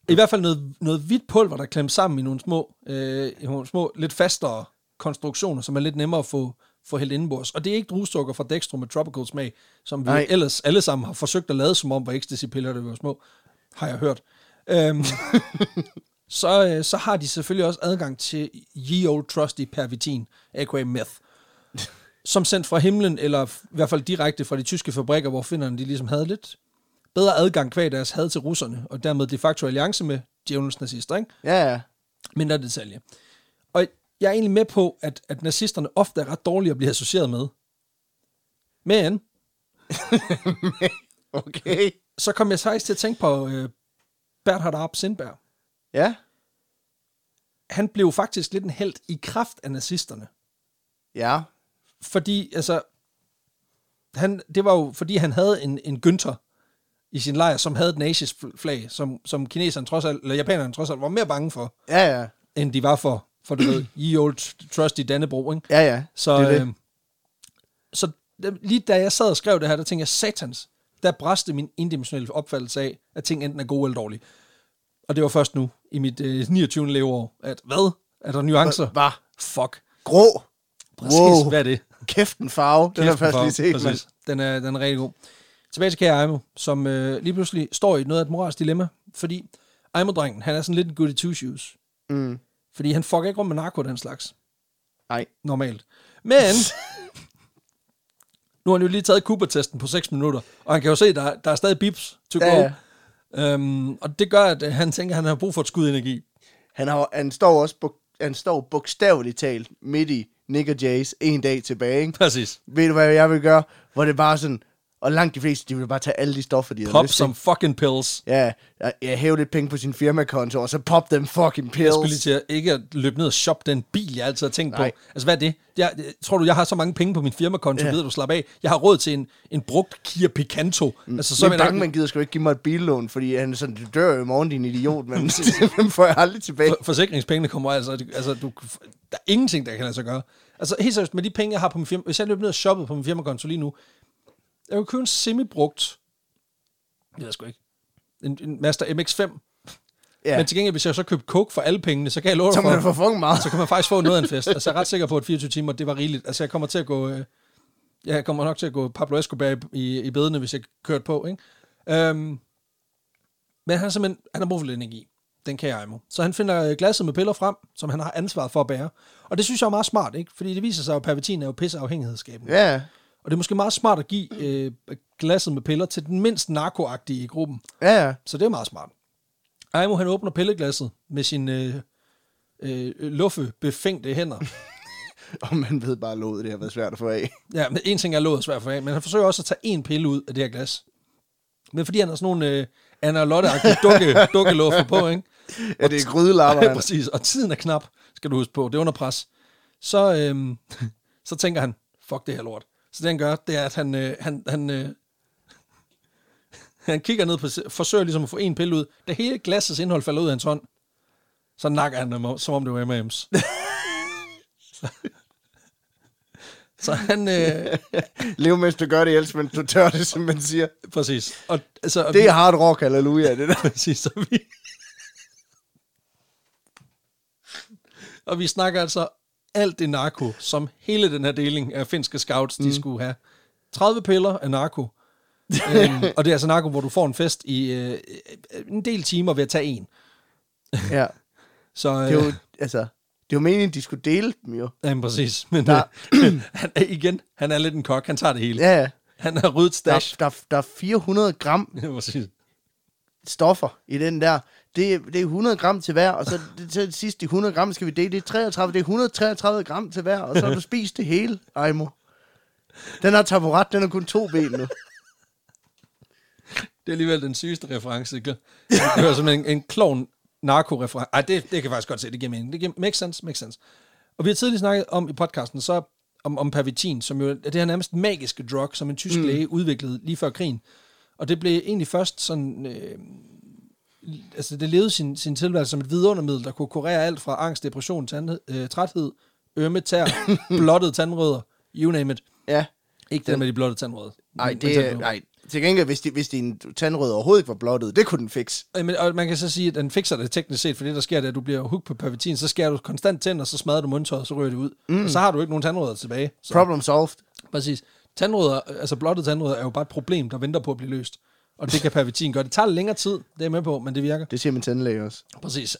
[SPEAKER 2] I hvert fald noget, noget hvidt pulver, der er klemt sammen i nogle små, øh, i nogle små lidt fastere konstruktioner, som er lidt nemmere at få, få hældt indenbords. Og det er ikke druesukker fra Dextro med tropical smag, som vi
[SPEAKER 1] Nej.
[SPEAKER 2] Nej. ellers alle sammen har forsøgt at lade som om, var ecstasy-piller, da vi var små, har jeg hørt. Øhm, så, øh, så har de selvfølgelig også adgang til ye old trusty pervitin, aka meth, som sendt fra himlen, eller f- i hvert fald direkte fra de tyske fabrikker, hvor finderne de ligesom havde lidt bedre adgang kvæg deres had til russerne, og dermed de facto alliance med djævelens nazister, ikke?
[SPEAKER 1] Ja, ja.
[SPEAKER 2] Mindre detalje. Og jeg er egentlig med på, at, at nazisterne ofte er ret dårlige at blive associeret med. Men
[SPEAKER 1] Okay.
[SPEAKER 2] så kom jeg faktisk til at tænke på øh, Berthard Arp Sindberg.
[SPEAKER 1] Ja.
[SPEAKER 2] Han blev faktisk lidt en held i kraft af nazisterne.
[SPEAKER 1] Ja.
[SPEAKER 2] fordi, altså, han, det var jo, fordi han havde en, en Günther i sin lejr, som havde et nazis-flag, som, som kineserne trods alt, eller japanerne trods alt, var mere bange for,
[SPEAKER 1] Ja, ja.
[SPEAKER 2] end de var for, for det ved, ye old trusty Dannebro, ikke?
[SPEAKER 1] Ja, ja.
[SPEAKER 2] Så,
[SPEAKER 1] det er det.
[SPEAKER 2] Øh, så da- lige da jeg sad og skrev det her, der tænkte jeg, satans, der bræste min indimensionelle opfattelse af, at ting enten er gode eller dårlige. Og det var først nu, i mit øh, 29. leveår, at hvad? Er der nuancer?
[SPEAKER 1] Hvad?
[SPEAKER 2] Fuck.
[SPEAKER 1] Grå.
[SPEAKER 2] Præcis,
[SPEAKER 1] Wow.
[SPEAKER 2] hvad er det?
[SPEAKER 1] Kæft en farve. Den har jeg
[SPEAKER 2] Kæft,
[SPEAKER 1] først
[SPEAKER 2] hvor-
[SPEAKER 1] lige set, mand.
[SPEAKER 2] præcis. Den er, den er rigtig god. Tilbage til kære Aimo, som øh, lige pludselig står i noget af et moralsk dilemma, fordi Aimo-drengen, han er sådan lidt en goody two-shoes.
[SPEAKER 1] Mm.
[SPEAKER 2] Fordi han fucker ikke rundt med narko og den slags,
[SPEAKER 1] Nej.
[SPEAKER 2] normalt. Men nu har han jo lige taget Cooper-testen på 6 minutter, og han kan jo se, der, der er stadig bips to go.
[SPEAKER 1] Ja, ja.
[SPEAKER 2] Ja. Øhm, og det gør, at øh, han tænker, at han har brug for et skud energi.
[SPEAKER 1] Han, har, han står også buk, han står bogstaveligt talt midt i Nick og Jays en dag tilbage. Ikke?
[SPEAKER 2] Præcis.
[SPEAKER 1] Ved du, hvad jeg vil gøre? Hvor det bare sådan... Og langt de fleste, de vil bare tage alle de stoffer, de har
[SPEAKER 2] Pop
[SPEAKER 1] lyst
[SPEAKER 2] som fucking pills.
[SPEAKER 1] til. Ja, jeg, jeg hæver lidt penge på sin firmakonto, og så pop dem fucking
[SPEAKER 2] Jeg skulle lige
[SPEAKER 1] pills.
[SPEAKER 2] til at ikke at løbe ned og shoppe den bil, jeg altid har tænkt
[SPEAKER 1] Nej.
[SPEAKER 2] på. Altså, hvad er det? Jeg, jeg- tror du, jeg har så mange penge på min firmakonto, ja. ved du, slap af. Jeg har råd til en, en brugt Kia Picanto. Mm. Altså, så
[SPEAKER 1] Så
[SPEAKER 2] er
[SPEAKER 1] men
[SPEAKER 2] jeg nok-
[SPEAKER 1] bankmand gider sgu ikke give mig et billån, fordi han er sådan, du dør jo i morgen, din idiot, men <laughs> dem får jeg aldrig tilbage.
[SPEAKER 2] for, forsikringspengene kommer altså, altså du, der er ingenting, der kan lade sig gøre. Altså, helt seriøst, med de penge, jeg har på min firma, hvis jeg løb ned og shoppede på min firmakonto lige nu, jeg kunne købe en semi-brugt Det ved jeg sgu ikke. En, en Master MX-5.
[SPEAKER 1] Ja,
[SPEAKER 2] Ja. Men til gengæld, hvis jeg så købte coke for alle pengene, så kan jeg love
[SPEAKER 1] så
[SPEAKER 2] dig
[SPEAKER 1] må du
[SPEAKER 2] for,
[SPEAKER 1] få fucking meget.
[SPEAKER 2] så kan man faktisk få noget af en fest. Altså, jeg er ret sikker på, at 24 timer, det var rigeligt. Altså, jeg kommer til at gå... Øh, jeg kommer nok til at gå Pablo Escobar i, i, i bedene, hvis jeg kørte på, ikke? Øhm, men han har simpelthen... Han har brug for lidt energi. Den kan jeg imo. Så han finder øh, glasset med piller frem, som han har ansvaret for at bære. Og det synes jeg er meget smart, ikke? Fordi det viser sig, at pervertin er jo pisseafhængighedsskabende.
[SPEAKER 1] Ja,
[SPEAKER 2] Og det er måske meget smart at give øh, glasset med piller til den mindst narkoagtige i gruppen.
[SPEAKER 1] ja, ja.
[SPEAKER 2] Så det er meget smart. Aimo, han åbner pilleglasset med sin øh, øh, luffe befængte hænder.
[SPEAKER 1] Og man ved bare, at låget det har været svært at få af.
[SPEAKER 2] Ja, men en ting er låget svært for af, men han forsøger også at tage en pille ud af det her glas. Men fordi han har sådan nogle øh, Anna Lotte-agtige dukke, dukkeluffer på, ikke?
[SPEAKER 1] <laughs> Ja, det er
[SPEAKER 2] <laughs>
[SPEAKER 1] grydelapper.
[SPEAKER 2] Ja,
[SPEAKER 1] han-
[SPEAKER 2] præcis. Og tiden er knap, skal du huske på. Det er under pres. Så, øhm, <laughs> så tænker han, fuck det her lort. Så det han gør, det er, at han, øh, han, han, øh, <laughs> han kigger ned på, si- forsøger ligesom at få en pille ud. Da hele glassets indhold falder ud af hans hånd, så nakker han dem, om- som om det var M&M's. så han, øh,
[SPEAKER 1] Lev, mens du gør det, ellers mens du tør det, som man siger.
[SPEAKER 2] præcis. Og, altså, og
[SPEAKER 1] Det
[SPEAKER 2] vi-
[SPEAKER 1] er hard rock, halleluja, det der.
[SPEAKER 2] <laughs> Præcis, så vi... og vi snakker altså alt det narko, som hele den her deling af finske scouts, de
[SPEAKER 1] Mm.
[SPEAKER 2] skulle have. 30 piller af
[SPEAKER 1] <laughs>
[SPEAKER 2] narko. øhm, og det er altså narko, hvor du får en fest i øh, øh, en del timer ved at tage en.
[SPEAKER 1] Ja,
[SPEAKER 2] Så, øh,
[SPEAKER 1] det er jo, altså, det var meningen, de skulle dele dem jo.
[SPEAKER 2] Jamen, præcis. <laughs> Men
[SPEAKER 1] Der-
[SPEAKER 2] øh, <clears throat> han, er- igen, han er lidt en kok. Han tager det hele.
[SPEAKER 1] Ja, ja.
[SPEAKER 2] Han har ryddet
[SPEAKER 1] Der,
[SPEAKER 2] stash.
[SPEAKER 1] der, der er 400 gram
[SPEAKER 2] <laughs> Ja, præcis.
[SPEAKER 1] stoffer i den der. Det, er- det er 100 gram til hver, og så det, til sidst de 100 gram skal vi dele. Det er 33, det er 133 gram til hver, og så har du spist det hele, Ejmo. Den har taburet, den har kun to ben nu.
[SPEAKER 2] Det er alligevel den sygeste reference, ikke? Det hører som en, en klovn narkoreference. Ej, det, det kan jeg faktisk godt se, det giver mening. Det giver, makes sense, makes sense. Og vi har tidligere snakket om i podcasten, så om, om pervitin, som jo er det her nærmest magiske drug, som en tysk mm. læge udviklede lige før krigen. Og det blev egentlig først sådan... Øh, altså det levede sin, sin tilværelse som et vidundermiddel, der kunne kurere alt fra angst, depression, tand, øh, træthed,
[SPEAKER 1] <laughs>
[SPEAKER 2] ømme tær, blottede tandrødder, you name it.
[SPEAKER 1] Ja.
[SPEAKER 2] Ikke det der med de blottede tandrødder.
[SPEAKER 1] Nej,
[SPEAKER 2] Men tæt
[SPEAKER 1] det
[SPEAKER 2] på.
[SPEAKER 1] er... Ej. Til gengæld, hvis, de, hvis din tandrød overhovedet ikke var blottet, det kunne den fikse.
[SPEAKER 2] Jamen, og man kan så sige, at den fikser det teknisk set, for det der sker, det er, at du bliver hooked på pervitin, så skærer du konstant tænder, så smadrer du mundtøjet, så ryger det ud. Mm. Og så har du ikke nogen tandrødder tilbage. Så,
[SPEAKER 1] Problem solved.
[SPEAKER 2] præcis. Tandrødder, altså blottede tandrødder, er jo bare et problem, der venter på at blive løst. Og det kan pervitin gøre. Det tager lidt længere tid, det er jeg med på, men det virker.
[SPEAKER 1] Det siger min tandlæge også.
[SPEAKER 2] Præcis. <laughs>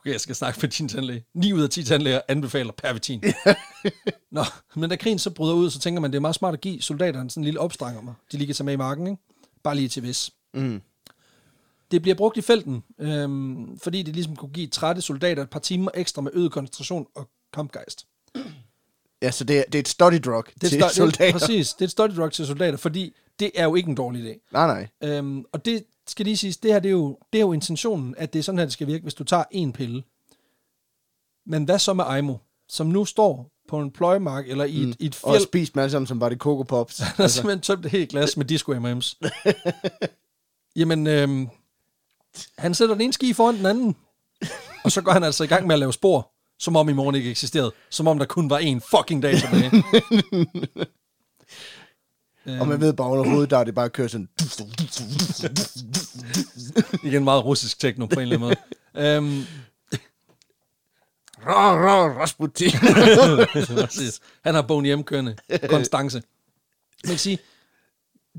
[SPEAKER 2] Okay, jeg skal snakke med din tandlæge. 9 ud af 10 tandlæger anbefaler
[SPEAKER 1] <laughs>
[SPEAKER 2] pervitin. Nå, men da krigen så bryder ud, så tænker man, det er meget smart at give soldaterne sådan en lille opstranger mig. De lige kan tage med i marken, ikke? Bare lige til hvis.
[SPEAKER 1] Mm.
[SPEAKER 2] Det bliver brugt i felten, øhm, fordi det ligesom kunne give trætte soldater et par timer ekstra med øget koncentration og kampgejst.
[SPEAKER 1] Ja, så det er, det er et study drug det til
[SPEAKER 2] sto- Det, er-
[SPEAKER 1] soldater.
[SPEAKER 2] præcis, det er et study drug til soldater, fordi det er jo ikke en dårlig idé.
[SPEAKER 1] nej, nej.
[SPEAKER 2] Øhm, og det skal lige siges, det her det er, jo, det er jo intentionen, at det er sådan her, det skal virke, hvis du tager en pille. Men hvad så med Aimo, som nu står på en pløjemark eller i et, mm. i et
[SPEAKER 1] Og
[SPEAKER 2] fjeld, <laughs>
[SPEAKER 1] spist dem alle sammen som bare det Coco Pops.
[SPEAKER 2] der er simpelthen tømt et helt glas med disco M&M's. Jamen, øhm, han sætter den ene ski foran den anden, og så går han altså i gang med at lave spor, som om i morgen ikke eksisterede. Som om der kun var en fucking dag tilbage.
[SPEAKER 1] og man ved bare overhovedet, der er det bare kører sådan...
[SPEAKER 2] Igen meget russisk techno på en eller anden måde. Øhm,
[SPEAKER 1] Rå, rå, Rasputin.
[SPEAKER 2] <laughs> Præcis. han har bogen <laughs> hjemkørende. Konstance. Man kan sige,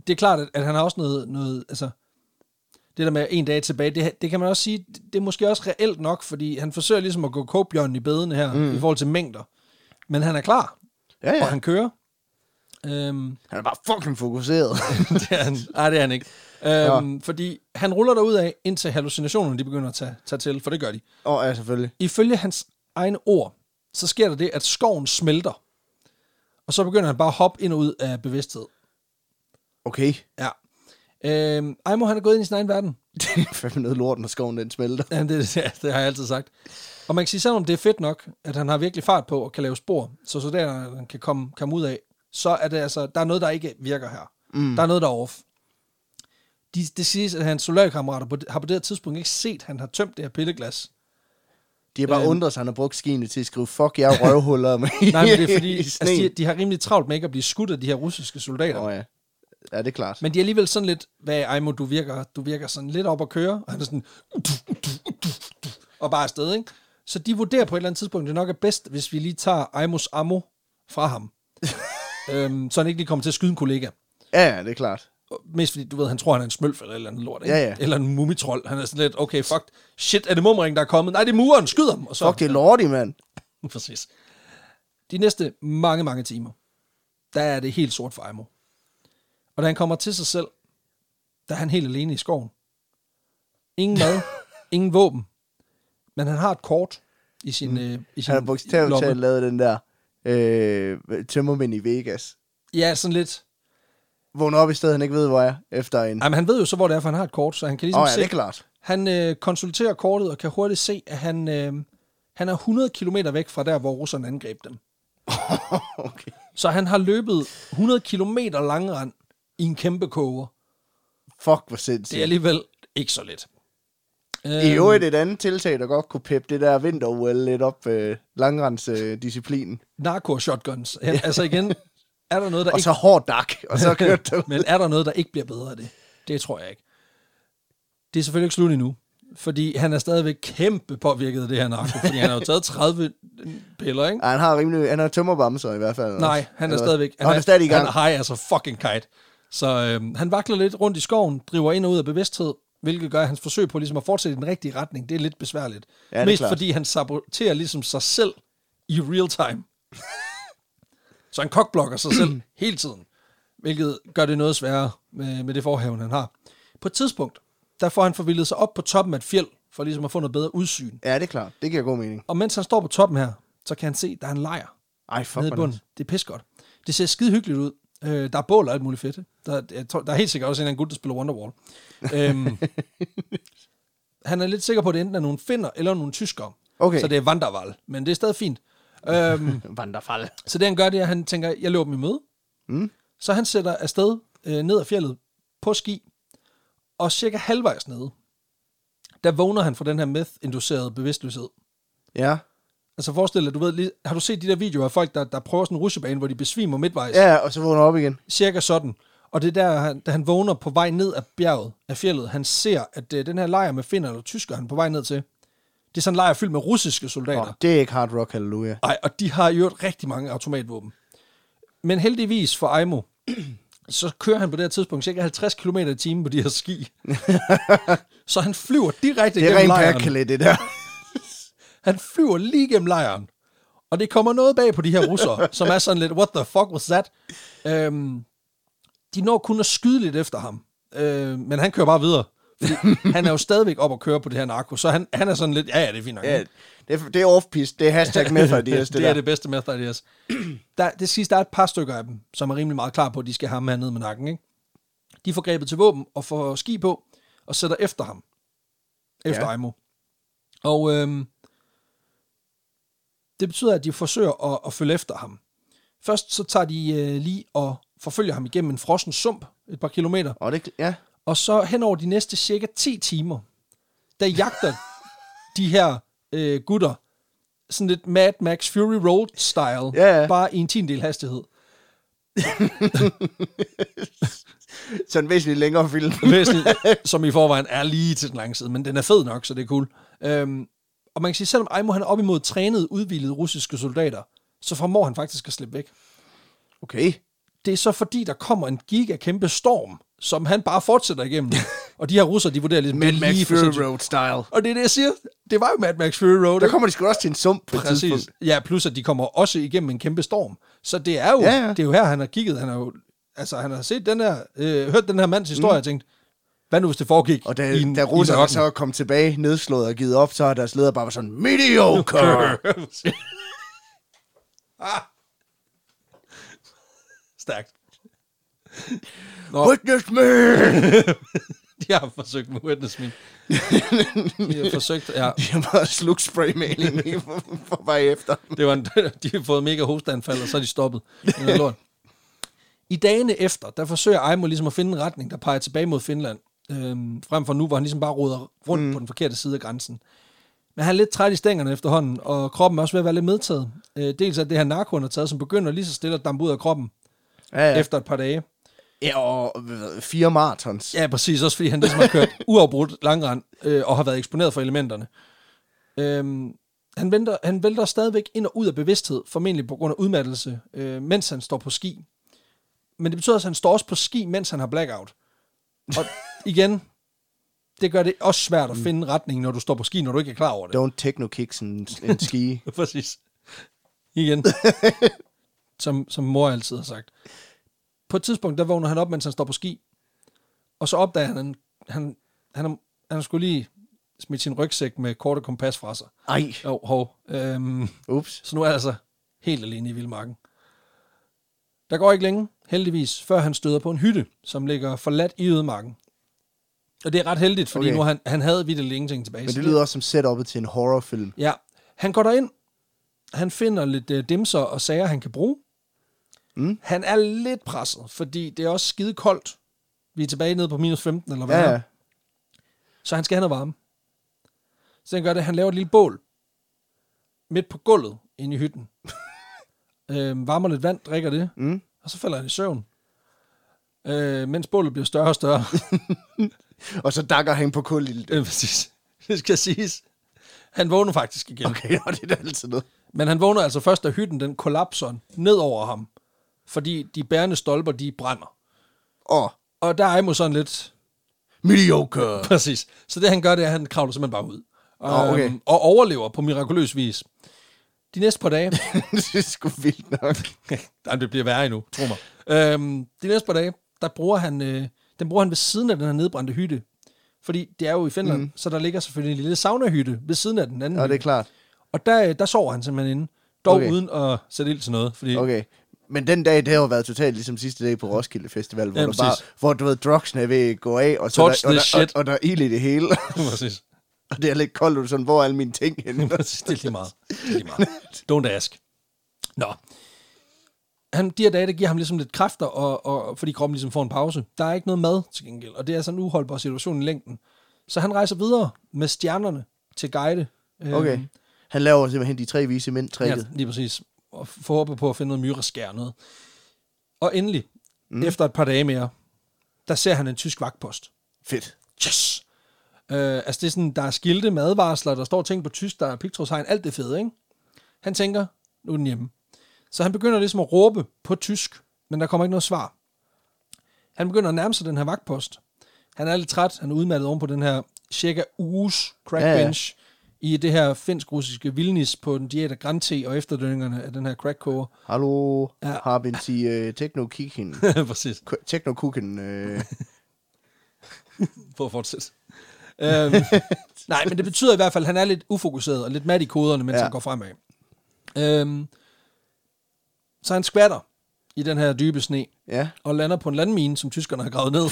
[SPEAKER 2] det er klart, at, at han har også noget, noget, altså, det der med en dag tilbage, det, det kan man også sige, det- det er måske også reelt nok, fordi han forsøger ligesom at gå kobjørnen i bedene her, mm. i forhold til mængder. Men han er klar,
[SPEAKER 1] ja,
[SPEAKER 2] ja.
[SPEAKER 1] ja.
[SPEAKER 2] og han kører. Øhm,
[SPEAKER 1] Han er bare fucking fokuseret.
[SPEAKER 2] <laughs> det er han. Nej, det er han ikke. Øhm, Fordi han ruller derud af, indtil hallucinationerne de begynder at tage, tage til, for det gør de.
[SPEAKER 1] og ja, selvfølgelig.
[SPEAKER 2] Ifølge hans egne ord, så sker der det, at skoven smelter. Og så begynder han bare at hoppe ind og ud af bevidsthed.
[SPEAKER 1] Okay. <laughs>
[SPEAKER 2] Ja. Øhm, Ejmo, han er gået ind i sin egen verden. <laughs>
[SPEAKER 1] Det er fandme noget lort, når skoven den smelter.
[SPEAKER 2] Jamen, det, ja, det har jeg altid sagt. Og man kan sige, selvom det er fedt nok, at han har virkelig fart på og kan lave spor, så soldaterne kan komme, komme ud af, så er det altså, der er noget, der ikke virker her. Mm. Der er noget, der er off. De, det siges, at hans soldatkammerater på, har på det her tidspunkt ikke set, at han har tømt det her pilleglas.
[SPEAKER 1] De har bare undret sig, han har brugt skiene til at skrive, fuck jer røvhuller med
[SPEAKER 2] Øhm. <laughs> Nej, men det er fordi,
[SPEAKER 1] <laughs> i
[SPEAKER 2] altså,
[SPEAKER 1] sneen.
[SPEAKER 2] de, de har rimelig travlt med ikke at blive skudt af de her russiske soldater.
[SPEAKER 1] Åh, ja. Ja, det er klart.
[SPEAKER 2] Men de er alligevel sådan lidt, hvad ej, Mo, du virker, du virker sådan lidt op at køre, og han er sådan, og bare afsted, ikke? Så de vurderer på et eller andet tidspunkt, det nok er bedst, hvis vi lige tager Aimos ammo fra
[SPEAKER 1] <laughs>
[SPEAKER 2] ham. øhm, så han ikke lige kommer til at skyde en kollega.
[SPEAKER 1] Ja, ja, det er klart.
[SPEAKER 2] Mest fordi, du ved, han tror, han er en smølf eller et eller andet lort, ikke?
[SPEAKER 1] Ja, ja.
[SPEAKER 2] Eller en mumitrol. Han er sådan lidt, okay, fuck, shit, er det mumringen, der er kommet? Nej, det er muren, skyd ham! Og så,
[SPEAKER 1] Fuck, det er lortig, mand.
[SPEAKER 2] <laughs> Præcis. De næste mange, mange timer, der er det helt sort for Aimo. Og da han kommer til sig selv, der er han helt alene i skoven. Ingen
[SPEAKER 1] <laughs>
[SPEAKER 2] mad, ingen våben. Men han har et kort i sin, mm. øh, i sin
[SPEAKER 1] Han har bogstaveligt talt lavet den der øh, tømmermænd i Vegas.
[SPEAKER 2] Ja, sådan lidt.
[SPEAKER 1] Vågner op i stedet, han ikke ved, hvor jeg er, efter en. Åh,
[SPEAKER 2] Ej, men han ved jo så, hvor det er, for han har et kort, så han kan ligesom
[SPEAKER 1] oh, ja,
[SPEAKER 2] se.
[SPEAKER 1] det er klart. <laughs>
[SPEAKER 2] Han øh, konsulterer kortet og kan hurtigt se, at han, øh, han er 100 km væk fra der, hvor russerne angreb dem.
[SPEAKER 1] okay.
[SPEAKER 2] Så han har løbet 100 km langrand i en kæmpe koger.
[SPEAKER 1] Fuck, hvor
[SPEAKER 2] Det er
[SPEAKER 1] sindssygt.
[SPEAKER 2] alligevel ikke så let. Øhm,
[SPEAKER 1] Det er jo et andet tiltag, der godt kunne peppe det der vinter lidt op øh, langrensdisciplinen. Øh, <laughs>
[SPEAKER 2] Narko-shotguns. Ja, altså igen, er der noget, der
[SPEAKER 1] og
[SPEAKER 2] ikke...
[SPEAKER 1] så hård dak, og
[SPEAKER 2] <laughs>
[SPEAKER 1] så kørte det ud.
[SPEAKER 2] Men er der noget, der ikke bliver bedre af det? Det tror jeg ikke. Det er selvfølgelig ikke slut endnu. Fordi han er stadigvæk kæmpe påvirket af det her narko. Fordi han har jo taget 30 piller, ikke?
[SPEAKER 1] Ej, han har rimelig, han har tømmerbamser i hvert fald. altså.
[SPEAKER 2] Nej, han er stadigvæk...
[SPEAKER 1] Han, han er stadig i gang.
[SPEAKER 2] Han er high as a fucking kite. Så øhm, han vakler lidt rundt i skoven, driver ind og ud af bevidsthed, hvilket gør, at hans forsøg på ligesom at fortsætte i den rigtige retning, det er lidt besværligt.
[SPEAKER 1] Ja, det er
[SPEAKER 2] Mest
[SPEAKER 1] klart.
[SPEAKER 2] fordi han saboterer ligesom sig selv i real time. Så han kokblokker sig
[SPEAKER 1] <clears throat>
[SPEAKER 2] selv hele tiden, hvilket gør det noget sværere med, med det forhaven, han har. På et tidspunkt, der får han forvildet sig op på toppen af et fjeld, for ligesom at få noget bedre udsyn.
[SPEAKER 1] Ja, det er klart. Det giver god mening.
[SPEAKER 2] Og mens han står på toppen her, så kan han se, der er en lejr
[SPEAKER 1] Ej, fuck,
[SPEAKER 2] nede i
[SPEAKER 1] hvor
[SPEAKER 2] bunden. Det er pissegodt. Det ser skide hyggeligt ud. Øh, der er bål og alt muligt fedt. Der, jeg tror, der er helt sikkert også en eller anden gut, der spiller Wonderwall. <laughs> Øhm, han er lidt sikker på, at det enten er nogle finder eller nogle tyskere.
[SPEAKER 1] Okay.
[SPEAKER 2] Så det er Wanderwall, men det er stadig fint. <laughs> Øhm,
[SPEAKER 1] nice. Vandrefald.
[SPEAKER 2] så det han gør, det er, at han tænker, jeg løber dem i møde.
[SPEAKER 1] Mm.
[SPEAKER 2] Så han sætter afsted øh, ned ad fjellet på ski, og cirka halvvejs nede, der vågner han fra den her meth-inducerede bevidstløshed.
[SPEAKER 1] Ja.
[SPEAKER 2] Altså forestil dig, du ved, lige, har du set de der videoer af folk, der, der prøver sådan en rutsjebane, hvor de besvimer midtvejs?
[SPEAKER 1] Ja, og så vågner op igen.
[SPEAKER 2] Cirka sådan. Og det er der, han, da han vågner på vej ned af bjerget, af fjellet, han ser, at øh, den her lejr med finner eller tysker, han er på vej ned til, det er sådan en lejr fyldt med russiske soldater.
[SPEAKER 1] Oh, det er ikke hard rock, halleluja.
[SPEAKER 2] Ej, og de har i øvrigt rigtig mange automatvåben. Men heldigvis for Aimo, så kører han på det her tidspunkt cirka 50 km i timen på de her
[SPEAKER 1] <laughs>
[SPEAKER 2] ski. så han flyver direkte
[SPEAKER 1] Det er
[SPEAKER 2] gennem
[SPEAKER 1] rent
[SPEAKER 2] lejren.
[SPEAKER 1] perkelet, det der.
[SPEAKER 2] Han flyver lige gennem lejren. Og det kommer noget bag på de her russere, som er sådan lidt, what the fuck was that? Øhm, de når kun at skyde lidt efter ham. Øh, men han kører bare videre. Fordi han er jo stadigvæk op og køre på det her narko, så han, han er sådan lidt, ja, ja, det er fint nok.
[SPEAKER 1] ja, det er, det er off-piste. Det er hashtag med
[SPEAKER 2] <laughs>
[SPEAKER 1] for det,
[SPEAKER 2] det, det er det bedste method ideas. <clears throat> Der, det sidste, der er et par stykker af dem, som er rimelig meget klar på, at de skal have ham hernede med nakken. Ikke? De får grebet til våben og får ski på og sætter efter ham. Efter
[SPEAKER 1] Ja.
[SPEAKER 2] ja. Aimo. Og øhm, det betyder, at de forsøger at, at følge efter ham. Først så tager de øh, lige og forfølger ham igennem en frossen sump et par kilometer.
[SPEAKER 1] Og det, ja.
[SPEAKER 2] Og så hen over de næste cirka 10 timer, der jagter
[SPEAKER 1] <laughs>
[SPEAKER 2] de her øh, gutter sådan lidt Mad Max Fury Road style,
[SPEAKER 1] Ja, ja.
[SPEAKER 2] bare i en tiendel hastighed.
[SPEAKER 1] Sådan væsentligt længere
[SPEAKER 2] <laughs>
[SPEAKER 1] film. <laughs>
[SPEAKER 2] Væsentligt, som i forvejen er lige til den lange side, men den er fed nok, så det er cool. Øhm, og man kan sige, selvom Aimo han er op imod trænede, udvilede russiske soldater, så formår han faktisk at slippe væk.
[SPEAKER 1] Okay.
[SPEAKER 2] Det er så fordi, der kommer en giga kæmpe storm, som han bare
[SPEAKER 1] <laughs>
[SPEAKER 2] fortsætter igennem. og de her russer, de vurderer ligesom,
[SPEAKER 1] Mad
[SPEAKER 2] det er
[SPEAKER 1] Max
[SPEAKER 2] lige for
[SPEAKER 1] Fury
[SPEAKER 2] sindssygt.
[SPEAKER 1] Road style.
[SPEAKER 2] Og det er det, jeg siger. Det var jo Mad Max Fury Road.
[SPEAKER 1] Der
[SPEAKER 2] ikke?
[SPEAKER 1] kommer de sgu også til en sump på et
[SPEAKER 2] Præcis.
[SPEAKER 1] tidspunkt.
[SPEAKER 2] Ja, plus at de kommer også igennem en kæmpe storm. Så det er jo,
[SPEAKER 1] Ja, ja.
[SPEAKER 2] Det er jo her, han har kigget. Han har jo, altså, han har set den her, øh, hørt den her mands historie mm. og tænkt, hvad nu hvis det foregik
[SPEAKER 1] Og da,
[SPEAKER 2] i en,
[SPEAKER 1] da
[SPEAKER 2] i en
[SPEAKER 1] russerne
[SPEAKER 2] ørken?
[SPEAKER 1] så er kommet tilbage, nedslået og givet op, så har deres leder bare været sådan, <laughs> mediocre!
[SPEAKER 2] ah. Stærkt. <laughs>
[SPEAKER 1] Witness me!
[SPEAKER 2] De har forsøgt med
[SPEAKER 1] <laughs>
[SPEAKER 2] witness me. De har forsøgt, ja.
[SPEAKER 1] De har bare slugt spraymaling i for, for vej efter.
[SPEAKER 2] Det var en, <laughs> de har fået mega hosteanfald, og så er de stoppet. Det er noget lort. I dagene efter, der forsøger Aimo ligesom at finde en retning, der peger tilbage mod Finland. Øhm, frem for nu, hvor han ligesom bare roder rundt mm. på den forkerte side af grænsen. Men han er lidt træt i stængerne efterhånden, og kroppen er også ved at være lidt medtaget. Øh, dels er det her narko, han har taget, som begynder lige så stille at dampe ud af kroppen
[SPEAKER 1] Ja,
[SPEAKER 2] ja. efter et par dage.
[SPEAKER 1] Ja, og hvad, fire marathons.
[SPEAKER 2] Ja, præcis. Også fordi han ligesom har kørt <laughs> uafbrudt langrand øh, og har været eksponeret for elementerne. Øhm, han, venter, han vælter stadigvæk ind og ud af bevidsthed, formentlig på grund af udmattelse, øh, mens han står på ski. Men det betyder også, at han står også på ski, mens han har blackout. Og igen, det gør det også svært at finde retning, når du står på ski, når du ikke er klar over det.
[SPEAKER 1] Don't techno kick en, en ski.
[SPEAKER 2] Præcis. Igen. <laughs> som, som mor altid har sagt. På et tidspunkt, der vågner han op, mens han står på ski. Og så opdager han, han, han, han, han skulle lige smidt sin rygsæk med korte kompas fra sig.
[SPEAKER 1] <laughs> Ej,
[SPEAKER 2] Jo, hov. Øhm,
[SPEAKER 1] ups.
[SPEAKER 2] så nu er han altså helt alene i Vildmarken. Der går ikke længe, heldigvis, før han støder på en hytte, som ligger forladt i ødemarken. Og det er ret heldigt, fordi
[SPEAKER 1] Okay.
[SPEAKER 2] okay. nu har han, han havde vidt ingenting tilbage.
[SPEAKER 1] Men
[SPEAKER 2] så
[SPEAKER 1] det lyder også som setup'et til en horrorfilm.
[SPEAKER 2] Ja, han går derind. Han finder lidt øh, dimser og sager, han kan bruge.
[SPEAKER 1] Mm.
[SPEAKER 2] Han er lidt presset, fordi det er også skide koldt. Vi er tilbage nede på minus 15, eller hvad
[SPEAKER 1] Ja,
[SPEAKER 2] det er.
[SPEAKER 1] ja.
[SPEAKER 2] Så han skal have noget varme. Så han gør det, han laver et lille bål. Midt på gulvet, inde i
[SPEAKER 1] <laughs>
[SPEAKER 2] hytten. øhm, varmer lidt vand, drikker det.
[SPEAKER 1] Mm.
[SPEAKER 2] Og så falder han i søvn. Øh, mens bålet bliver større
[SPEAKER 1] <laughs>
[SPEAKER 2] og større.
[SPEAKER 1] Og så dakker han på kul i
[SPEAKER 2] øh, præcis. Det skal siges. Han vågner faktisk igen.
[SPEAKER 1] <laughs> Okay, og det er da altid noget.
[SPEAKER 2] Men han vågner altså først, da hytten den kollapser ned over ham, fordi de bærende stolper, de brænder.
[SPEAKER 1] Åh,
[SPEAKER 2] Og der er Imo sådan lidt... <laughs>
[SPEAKER 1] mediocre. <laughs>
[SPEAKER 2] Præcis. Så det han gør, det er, at han kravler simpelthen bare ud. Og,
[SPEAKER 1] Nå, okay.
[SPEAKER 2] øhm, og overlever på mirakuløs vis. De næste par
[SPEAKER 1] <laughs>
[SPEAKER 2] dage...
[SPEAKER 1] det er sgu vildt <laughs> nok.
[SPEAKER 2] Jamen, det bliver værre endnu,
[SPEAKER 1] <laughs>
[SPEAKER 2] tro mig. Øhm, de næste par dage, der bruger han, øh, den bruger han ved siden af den her nedbrændte hytte. Fordi det er jo i Finland, mm. så der ligger selvfølgelig en lille saunahytte ved siden af den anden.
[SPEAKER 1] Nå, Mhm. det
[SPEAKER 2] hytte.
[SPEAKER 1] er klart.
[SPEAKER 2] Og der, øh, der sover han simpelthen inde. Dog
[SPEAKER 1] Okay.
[SPEAKER 2] okay. uden at sætte ild til noget. Fordi
[SPEAKER 1] Okay. Men den dag, det har jo været totalt ligesom sidste dag på Roskilde Festival, hvor,
[SPEAKER 2] Ja,
[SPEAKER 1] ja, du,
[SPEAKER 2] præcis.
[SPEAKER 1] bare, hvor du ved, drugsene er ved at gå af, og, så
[SPEAKER 2] Touch
[SPEAKER 1] der, og, der,
[SPEAKER 2] this
[SPEAKER 1] og,
[SPEAKER 2] shit.
[SPEAKER 1] og, der er ild i det hele,
[SPEAKER 2] <laughs>
[SPEAKER 1] <laughs>
[SPEAKER 2] Præcis.
[SPEAKER 1] og det er lidt koldt, og du er sådan, hvor er alle mine ting
[SPEAKER 2] <laughs>
[SPEAKER 1] henne?
[SPEAKER 2] det er lige meget. Det er lige meget. Don't ask. Nå. Han, de her dage, det giver ham ligesom lidt kræfter, og, og, og- fordi kroppen ligesom får en pause. Der er ikke noget mad til gengæld, og det er sådan en uholdbar situation i længden. Så han rejser videre med stjernerne til guide. øh,
[SPEAKER 1] Okay. Han laver simpelthen de tre vise mænd
[SPEAKER 2] Ja,
[SPEAKER 1] trækket.
[SPEAKER 2] lige præcis. Og forhåber på at finde noget myreskær og noget. Og endelig, mm. efter et par dage mere, der ser han en tysk vagtpost.
[SPEAKER 1] Fedt.
[SPEAKER 2] Yes! Øh, altså det er sådan, der er skilte, madvarsler, der står ting på tysk, der er pigtrådshegn, alt det fede, ikke? Han tænker, nu er den hjemme. Så han begynder ligesom at råbe på tysk, men der kommer ikke noget svar. Han begynder at nærme sig den her vagtpost. Han er lidt træt, han er udmattet oven på den her cirka uges crackbench ja, ja. i det her finsk-russiske Vilnis på den diæt af grante og efterdønningerne af den her crackkoger.
[SPEAKER 1] Hallo,
[SPEAKER 2] Ja.
[SPEAKER 1] ja. har vi en uh, techno kikken
[SPEAKER 2] <laughs> Præcis.
[SPEAKER 1] techno kukken øh,
[SPEAKER 2] For at fortsætte. øhm, nej, men det betyder i hvert fald, at han er lidt ufokuseret og lidt mat i koderne, mens ja.
[SPEAKER 1] Ja.
[SPEAKER 2] han går fremad. Øhm, så han skvatter i den her dybe sne <laughs>
[SPEAKER 1] ja.
[SPEAKER 2] og lander på en landmine, som tyskerne har gravet
[SPEAKER 1] <laughs>
[SPEAKER 2] ned,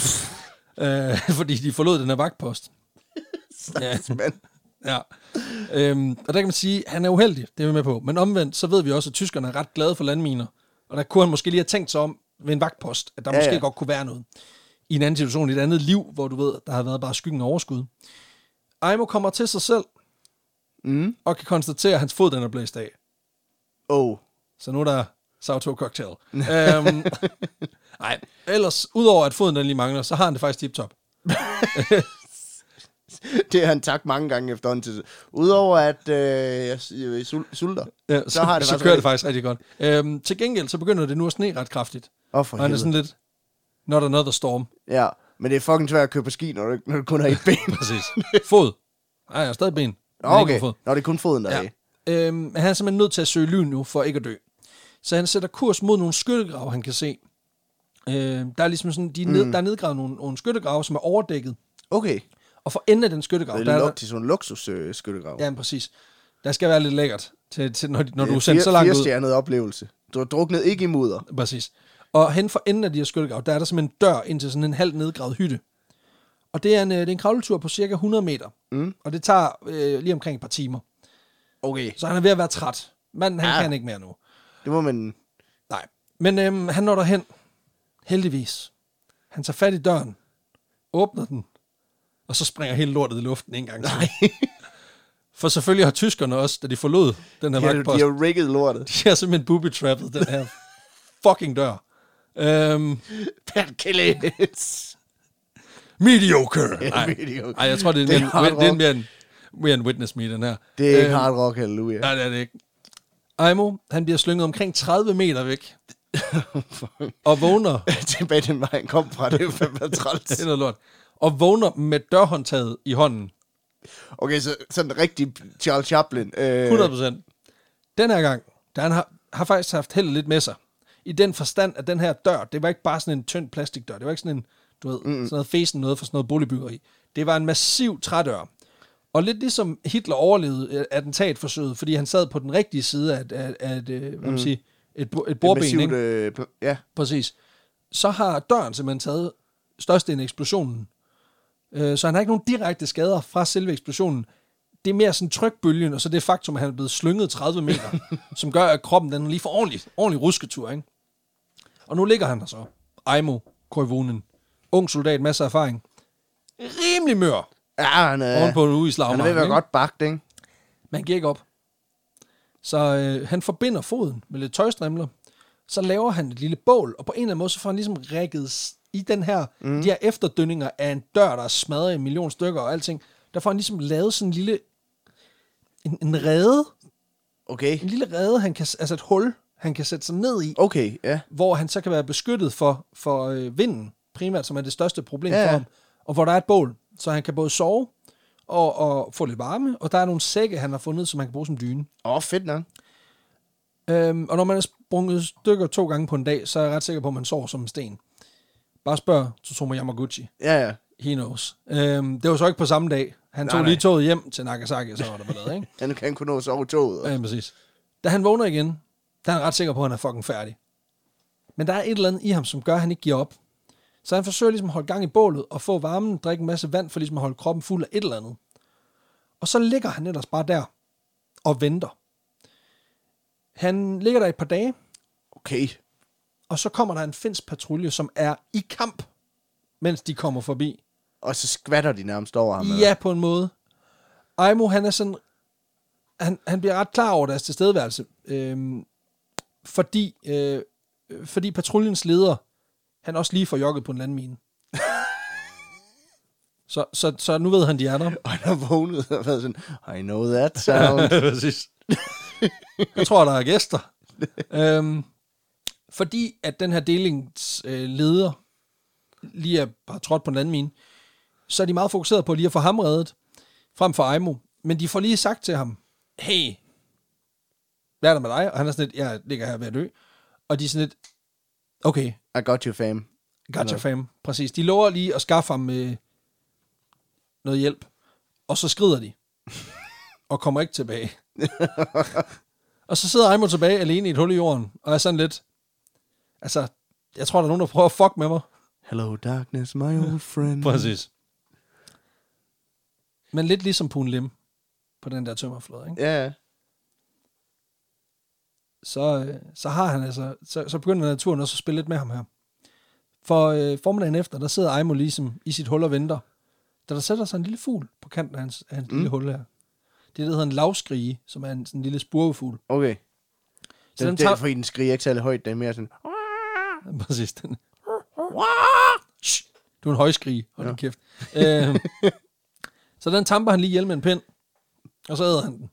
[SPEAKER 2] øh, fordi de forlod den her vagtpost. ja,
[SPEAKER 1] Men,
[SPEAKER 2] ja. Øhm, og der kan man sige, at han er uheldig, det er vi med på. Men omvendt, så ved vi også, at tyskerne er ret glade for landminer. Og der kunne han måske lige have tænkt sig om ved en vagtpost, at der ja,
[SPEAKER 1] Ja,
[SPEAKER 2] måske
[SPEAKER 1] ja.
[SPEAKER 2] godt kunne være noget. I en anden situation, i et andet liv, hvor du ved, der har været bare skyggen og overskud. Aimo kommer til sig selv
[SPEAKER 1] mm.
[SPEAKER 2] og kan konstatere, at hans fod den er blæst af.
[SPEAKER 1] Oh,
[SPEAKER 2] Så nu er der Sauto Cocktail.
[SPEAKER 1] <laughs>
[SPEAKER 2] øhm, nej, ellers, udover at foden den lige mangler, så har han det faktisk tip-top.
[SPEAKER 1] det har han tak mange gange efterhånden til. Udover at øh, jeg s- øh, sul- sulter.
[SPEAKER 2] Ja, så, så,
[SPEAKER 1] har det
[SPEAKER 2] så
[SPEAKER 1] faktisk
[SPEAKER 2] kører det
[SPEAKER 1] rigtig-
[SPEAKER 2] faktisk rigtig godt. Øhm, til gengæld, så begynder det nu at sne ret kraftigt.
[SPEAKER 1] Åh, for
[SPEAKER 2] Og han er
[SPEAKER 1] helvede.
[SPEAKER 2] sådan lidt, not another storm.
[SPEAKER 1] Ja, men det er fucking svært at køre på ski, når du, når du kun har et
[SPEAKER 2] <laughs>
[SPEAKER 1] ben.
[SPEAKER 2] Præcis. Fod. Nej, jeg har stadig ben.
[SPEAKER 1] Nå,
[SPEAKER 2] Men ikke
[SPEAKER 1] okay.
[SPEAKER 2] på fod.
[SPEAKER 1] Nå, det er kun foden, der ja. er
[SPEAKER 2] Ja.
[SPEAKER 1] i.
[SPEAKER 2] Øhm, men han er simpelthen nødt til at søge lyn nu, for ikke at dø. Så han sætter kurs mod nogle skyttegrave, han kan se. Øhm, der er ligesom sådan, de er ned, mm. der er nedgravet nogle, nogle skyttegrave, som er overdækket.
[SPEAKER 1] Okay.
[SPEAKER 2] Og for enden af den
[SPEAKER 1] Og
[SPEAKER 2] skyttegrav,
[SPEAKER 1] det
[SPEAKER 2] der
[SPEAKER 1] er
[SPEAKER 2] er
[SPEAKER 1] luk,
[SPEAKER 2] der,
[SPEAKER 1] til sådan en luksus øh, skyttegrav.
[SPEAKER 2] ja, men præcis. Der skal være lidt lækkert, til, til, når, de- når du er
[SPEAKER 1] Øh,
[SPEAKER 2] sendt
[SPEAKER 1] fire-
[SPEAKER 2] så langt ud.
[SPEAKER 1] firestjernet oplevelse. Du har druknet ikke i mudder.
[SPEAKER 2] Præcis. Og hen for enden af de her skyttegrave, der er der simpelthen en dør ind til sådan en halvt nedgravet hytte. Og det er en, øh, det er en kravletur på cirka 100 meter. Mm. Og det tager øh, lige omkring et par timer.
[SPEAKER 1] Okay.
[SPEAKER 2] Så han er ved at være træt. Manden, han ja.
[SPEAKER 1] Ja.
[SPEAKER 2] kan ikke mere nu.
[SPEAKER 1] Det må man...
[SPEAKER 2] Nej. Men øhm, han når derhen. Heldigvis. Han tager fat i døren. Åbner den. Og så springer hele lortet i luften en gang til. For selvfølgelig har tyskerne også, da de forlod den her
[SPEAKER 1] De har, de
[SPEAKER 2] vagtpost, <laughs>
[SPEAKER 1] har rigget lortet.
[SPEAKER 2] de har simpelthen booby-trappet den her fucking dør. Øhm,
[SPEAKER 1] Pat Killens.
[SPEAKER 2] mediocre. Nej.
[SPEAKER 1] mediocre.
[SPEAKER 2] Ej, jeg tror, det er,
[SPEAKER 1] Det er
[SPEAKER 2] det
[SPEAKER 1] hard
[SPEAKER 2] er, det er
[SPEAKER 1] rock.
[SPEAKER 2] mere, en, mere en witness me, den her.
[SPEAKER 1] Det er ikke
[SPEAKER 2] Øhm,
[SPEAKER 1] hard rock,
[SPEAKER 2] <laughs>
[SPEAKER 1] halleluja.
[SPEAKER 2] Nej, det er det ikke. Aimo, han bliver slynget omkring 30
[SPEAKER 1] <laughs>
[SPEAKER 2] meter væk. og vågner.
[SPEAKER 1] Tilbage til mig, han kom fra det. er <laughs> fandme træls.
[SPEAKER 2] Det er noget lort. Og vågner med dørhåndtaget i hånden.
[SPEAKER 1] Okay, så sådan en rigtig Charles Chaplin. Øh,
[SPEAKER 2] 100 procent. Den her gang, der han har, har faktisk haft heldet lidt med sig. I den forstand, at den her dør, det var ikke bare sådan en tynd plastikdør. Det var ikke sådan en, du ved, mm. sådan noget fesen noget for sådan noget boligbyggeri. Det var en massiv trædør. Og lidt ligesom Hitler overlevede øh, attentatforsøget, fordi han sad på den rigtige side af, af, af, af hvad man siger, et, bo- et bordben. ikke?
[SPEAKER 1] Mm. massivt, øh, pl- ja.
[SPEAKER 2] Præcis. Så har døren simpelthen taget størstedelen af eksplosionen. Øh, Så han har ikke nogen direkte skader fra selve eksplosionen. Det er mere sådan trykbølgen, og så det faktum, at han er blevet slynget
[SPEAKER 1] <laughs>
[SPEAKER 2] 30 meter, som gør, at kroppen den lige får ordentlig, ordentlig rusketur. Ikke? Og nu ligger han der så. Aimo Koivunen. Ung soldat, masser af erfaring. Rimelig mør.
[SPEAKER 1] Ja, han er,
[SPEAKER 2] Oven på en uge i
[SPEAKER 1] han er ved at være
[SPEAKER 2] slagmarken,
[SPEAKER 1] godt bagt, ikke?
[SPEAKER 2] man giver ikke op. Så øh, han forbinder foden med lidt tøjstrimler. Så laver han et lille bål, og på en eller anden måde, så får han ligesom rækket s- i den her, mm. de her efterdønninger af en dør, der er smadret i en million stykker og alting. Der får han ligesom lavet sådan en lille, en, en rede,
[SPEAKER 1] Okay.
[SPEAKER 2] en lille rede, han kan, s- altså et hul, han kan sætte sig ned i,
[SPEAKER 1] Okay, ja.
[SPEAKER 2] hvor han så kan være beskyttet for, for øh, vinden, primært, som er det største problem
[SPEAKER 1] Ja,
[SPEAKER 2] ja.
[SPEAKER 1] ja.
[SPEAKER 2] for ham, og hvor der er et bål, så han kan både sove og, og få lidt varme, og der er nogle sække, han har fundet, som han kan bruge som dyne.
[SPEAKER 1] Åh, oh, fedt nok.
[SPEAKER 2] Øhm, og når man er sprunget stykker to gange på en dag, så er jeg ret sikker på, at man sover som en sten. Bare spørg Tsutomu Yamaguchi.
[SPEAKER 1] Ja, ja.
[SPEAKER 2] He knows. Øhm, det var så ikke på samme dag. Han
[SPEAKER 1] Nej,
[SPEAKER 2] tog
[SPEAKER 1] nej.
[SPEAKER 2] lige toget hjem til Nagasaki, og så var der
[SPEAKER 1] <laughs>
[SPEAKER 2] ballade, ikke?
[SPEAKER 1] Han kan kun nå at sove i toget.
[SPEAKER 2] Ja, præcis. Da han vågner igen, der er han ret sikker på, at han er fucking færdig. Men der er et eller andet i ham, som gør, at han ikke giver op. Så han forsøger ligesom at holde gang i bålet og få varmen, drikke en masse vand for ligesom at holde kroppen fuld af et eller andet. Og så ligger han ellers bare der og venter. Han ligger der i et par dage,
[SPEAKER 1] Okay.
[SPEAKER 2] og så kommer der en finsk patrulje, som er i kamp, mens de kommer forbi.
[SPEAKER 1] Og så skvatter de nærmest over ham. eller?
[SPEAKER 2] Ja, på en måde. Aimo, han er sådan... Han, han bliver ret klar over deres tilstedeværelse, øhm, fordi, øh, fordi patruljens leder, han også lige får jokket på en landmine. <laughs> så, så, så nu ved han, de er der.
[SPEAKER 1] <laughs> Og han har vågnet og været sådan, I know that
[SPEAKER 2] <laughs>
[SPEAKER 1] sound.
[SPEAKER 2] Præcis. Jeg tror, der er gæster. øhm, fordi at den her delings øh, leder lige er bare trådt på en landmine, så er de meget fokuseret på lige at få ham reddet, frem for Aimo. Men de får lige sagt til ham, hey, hvad er der med dig? Og han er sådan lidt, jeg ligger her ved at dø. Og de er sådan lidt, okay,
[SPEAKER 1] I got you, fam.
[SPEAKER 2] Gotcha fam, præcis. De lover lige at skaffe ham øh, noget hjælp, og så skrider de, og kommer ikke tilbage. <laughs> og så sidder Ejmo tilbage alene i et hul i jorden, og er sådan lidt, altså, jeg tror, der er nogen, der prøver at fuck med mig.
[SPEAKER 1] Hello darkness, my old
[SPEAKER 2] <laughs>
[SPEAKER 1] friend.
[SPEAKER 2] Præcis. Men lidt ligesom Pun Lim på den der tømmerflod, ikke?
[SPEAKER 1] Ja, ja.
[SPEAKER 2] så, øh, så har han altså, så, så begynder naturen også at spille lidt med ham her. For øh, formiddagen efter, der sidder Aimo ligesom i sit hul og venter, da der sætter sig en lille fugl på kanten af hans, af hans mm. lille hul her. Det, der hedder en lavskrige, som er en sådan en lille spurvefugl.
[SPEAKER 1] Okay.
[SPEAKER 2] Så
[SPEAKER 1] Så
[SPEAKER 2] den
[SPEAKER 1] den,
[SPEAKER 2] tager-
[SPEAKER 1] tager... Fordi den skriger ikke særlig højt, den er mere sådan...
[SPEAKER 2] <laughs> Præcis, den. Shh, Du er en højskrige, hold ja. kæft. <laughs> Øhm, så den tamper han lige ihjel med en pind, og så æder han den.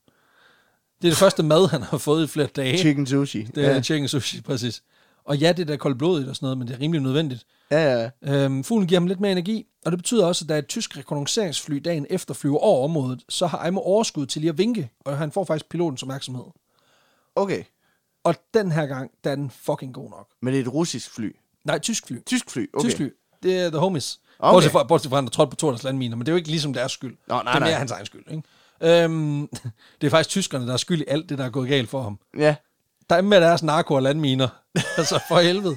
[SPEAKER 2] Det er det første mad, han har fået i flere dage.
[SPEAKER 1] Chicken sushi.
[SPEAKER 2] Det er ja. chicken sushi, præcis. Og ja, det er da koldblodigt og sådan noget, men det er rimelig nødvendigt.
[SPEAKER 1] ja, ja. ja.
[SPEAKER 2] Øhm, fuglen giver ham lidt mere energi, og det betyder også, at da et tysk rekognosceringsfly dagen efter flyver over området, så har Aimo overskud til lige at vinke, og han får faktisk pilotens opmærksomhed.
[SPEAKER 1] Okay.
[SPEAKER 2] Og den her gang, der er den fucking god nok.
[SPEAKER 1] Men det er et russisk fly.
[SPEAKER 2] Nej, tysk fly.
[SPEAKER 1] Tysk fly, okay.
[SPEAKER 2] Tysk fly. Det er the homies. Okay.
[SPEAKER 1] Okay.
[SPEAKER 2] Bortset fra, bortset fra, at han er trådt på Torders landminer, men det er jo ikke ligesom deres skyld.
[SPEAKER 1] Nå, nej,
[SPEAKER 2] det er mere
[SPEAKER 1] nej.
[SPEAKER 2] hans egen skyld, ikke? Øhm, <laughs> det er faktisk tyskerne, der er skyld i alt det, der er gået galt for ham.
[SPEAKER 1] Ja.
[SPEAKER 2] Der er med deres narko og landminer. <laughs> altså, for helvede.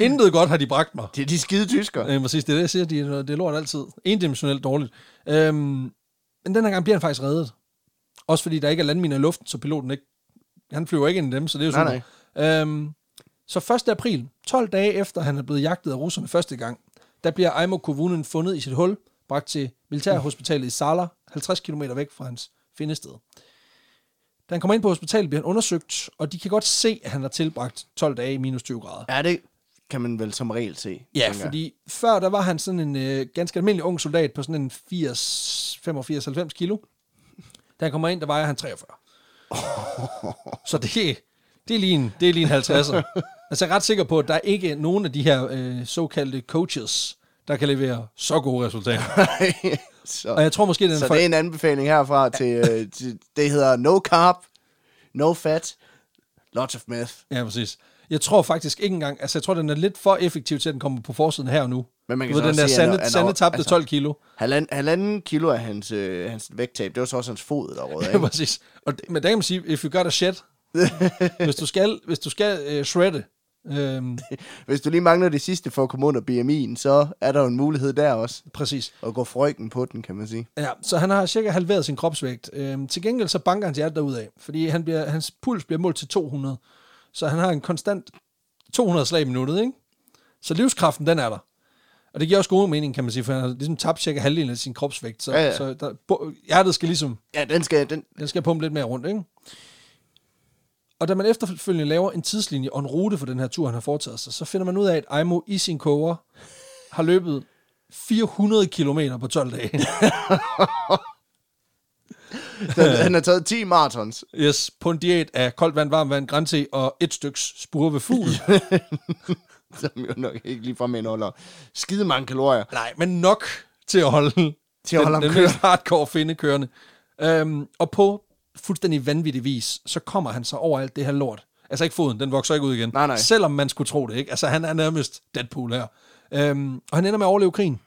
[SPEAKER 2] Intet godt har de bragt mig.
[SPEAKER 1] Det er de skide tysker.
[SPEAKER 2] Øh, præcis, det er det, jeg siger, de, er- det er lort altid. Endimensionelt dårligt. Øhm, men den her gang bliver han faktisk reddet. Også fordi der ikke er landminer i luften, så piloten ikke... Han flyver ikke ind i dem, så det er jo
[SPEAKER 1] Nej,
[SPEAKER 2] super. Nej, Øhm, så 1. april, 12 dage efter han er blevet jagtet af russerne første gang, der bliver Aimo Kovunen fundet i sit hul, bragt til militærhospitalet i Sala, 50 km væk fra hans findested. Da han kommer ind på hospitalet, bliver han undersøgt, og de kan godt se, at han har tilbragt 12 dage i minus 20 grader.
[SPEAKER 1] Ja, det kan man vel som regel se.
[SPEAKER 2] Ja,
[SPEAKER 1] tænker jeg.
[SPEAKER 2] fordi før der var han sådan en øh, ganske almindelig ung soldat på sådan en 80, 85-90 kilo. Da han kommer ind, der vejer han 43.
[SPEAKER 1] <laughs>
[SPEAKER 2] Så det, det er lige en, det er lige en 50'er. Altså, jeg er ret sikker på, at der er ikke nogen af de her øh, såkaldte coaches, der kan levere så gode resultater. Og
[SPEAKER 1] <laughs> så,
[SPEAKER 2] jeg tror måske, det er en
[SPEAKER 1] så
[SPEAKER 2] fejl-
[SPEAKER 1] det er en anbefaling herfra til, øh, til, det hedder no carb, no fat, lots of meth.
[SPEAKER 2] Ja, præcis. Jeg tror faktisk ikke engang, altså jeg tror, den er lidt for effektiv til, at den kommer på forsiden her og nu.
[SPEAKER 1] Men man kan
[SPEAKER 2] du
[SPEAKER 1] så
[SPEAKER 2] ved,
[SPEAKER 1] også
[SPEAKER 2] den der
[SPEAKER 1] se, at
[SPEAKER 2] sande,
[SPEAKER 1] han er-
[SPEAKER 2] sande tabte
[SPEAKER 1] altså-
[SPEAKER 2] 12 kilo.
[SPEAKER 1] Halvanden, halvanden kilo af hans, øh, hans vægttab, det var så også hans fod, der
[SPEAKER 2] <laughs>
[SPEAKER 1] rød
[SPEAKER 2] Ja,
[SPEAKER 1] af.
[SPEAKER 2] præcis. Og, det- men der kan man sige, if you got a
[SPEAKER 1] <laughs>
[SPEAKER 2] shit, hvis du skal, hvis du skal uh, shredde,
[SPEAKER 1] <laughs>
[SPEAKER 2] øhm,
[SPEAKER 1] Hvis du lige mangler det sidste for at komme under BMI'en, så er der jo en mulighed der også.
[SPEAKER 2] præcis.
[SPEAKER 1] At gå frøken på den, kan man sige.
[SPEAKER 2] Ja, så han har cirka halveret sin kropsvægt. Øhm, til gengæld så banker hans hjerte derudad, fordi han bliver, hans puls bliver målt til 200. Så han har en konstant 200 slag i minuttet, ikke? Så livskraften, den er der. Og det giver også god mening, kan man sige, for han har ligesom tabt cirka halvdelen af sin kropsvægt. Så,
[SPEAKER 1] Ja, ja.
[SPEAKER 2] så der, bo, hjertet skal ligesom
[SPEAKER 1] Ja, den skal...
[SPEAKER 2] <laughs>
[SPEAKER 1] Den,
[SPEAKER 2] Den skal pumpe lidt mere rundt, ikke? Og da man efterfølgende laver en tidslinje og en rute for den her tur, han har foretaget sig, så finder man ud af, at Aimo i sin koger har løbet 400 km på 12 dage.
[SPEAKER 1] den, han har taget 10 maratons.
[SPEAKER 2] Yes, på en diæt af koldt vand, varmt vand, grænse og et styks spure ved fugl.
[SPEAKER 1] <laughs> som jo nok ikke ligefrem indeholder skide mange kalorier.
[SPEAKER 2] Nej, men nok til at holde,
[SPEAKER 1] Til at holde ham
[SPEAKER 2] den, den
[SPEAKER 1] kørende.
[SPEAKER 2] mest hardcore finde kørende. Øhm, og på fuldstændig vanvittig vis, så kommer han så over alt det her lort. Altså ikke foden, den vokser ikke ud igen.
[SPEAKER 1] Nej, nej.
[SPEAKER 2] Selvom man skulle tro det, ikke? Altså han er nærmest Deadpool her. Øhm, og han ender med at overleve krigen.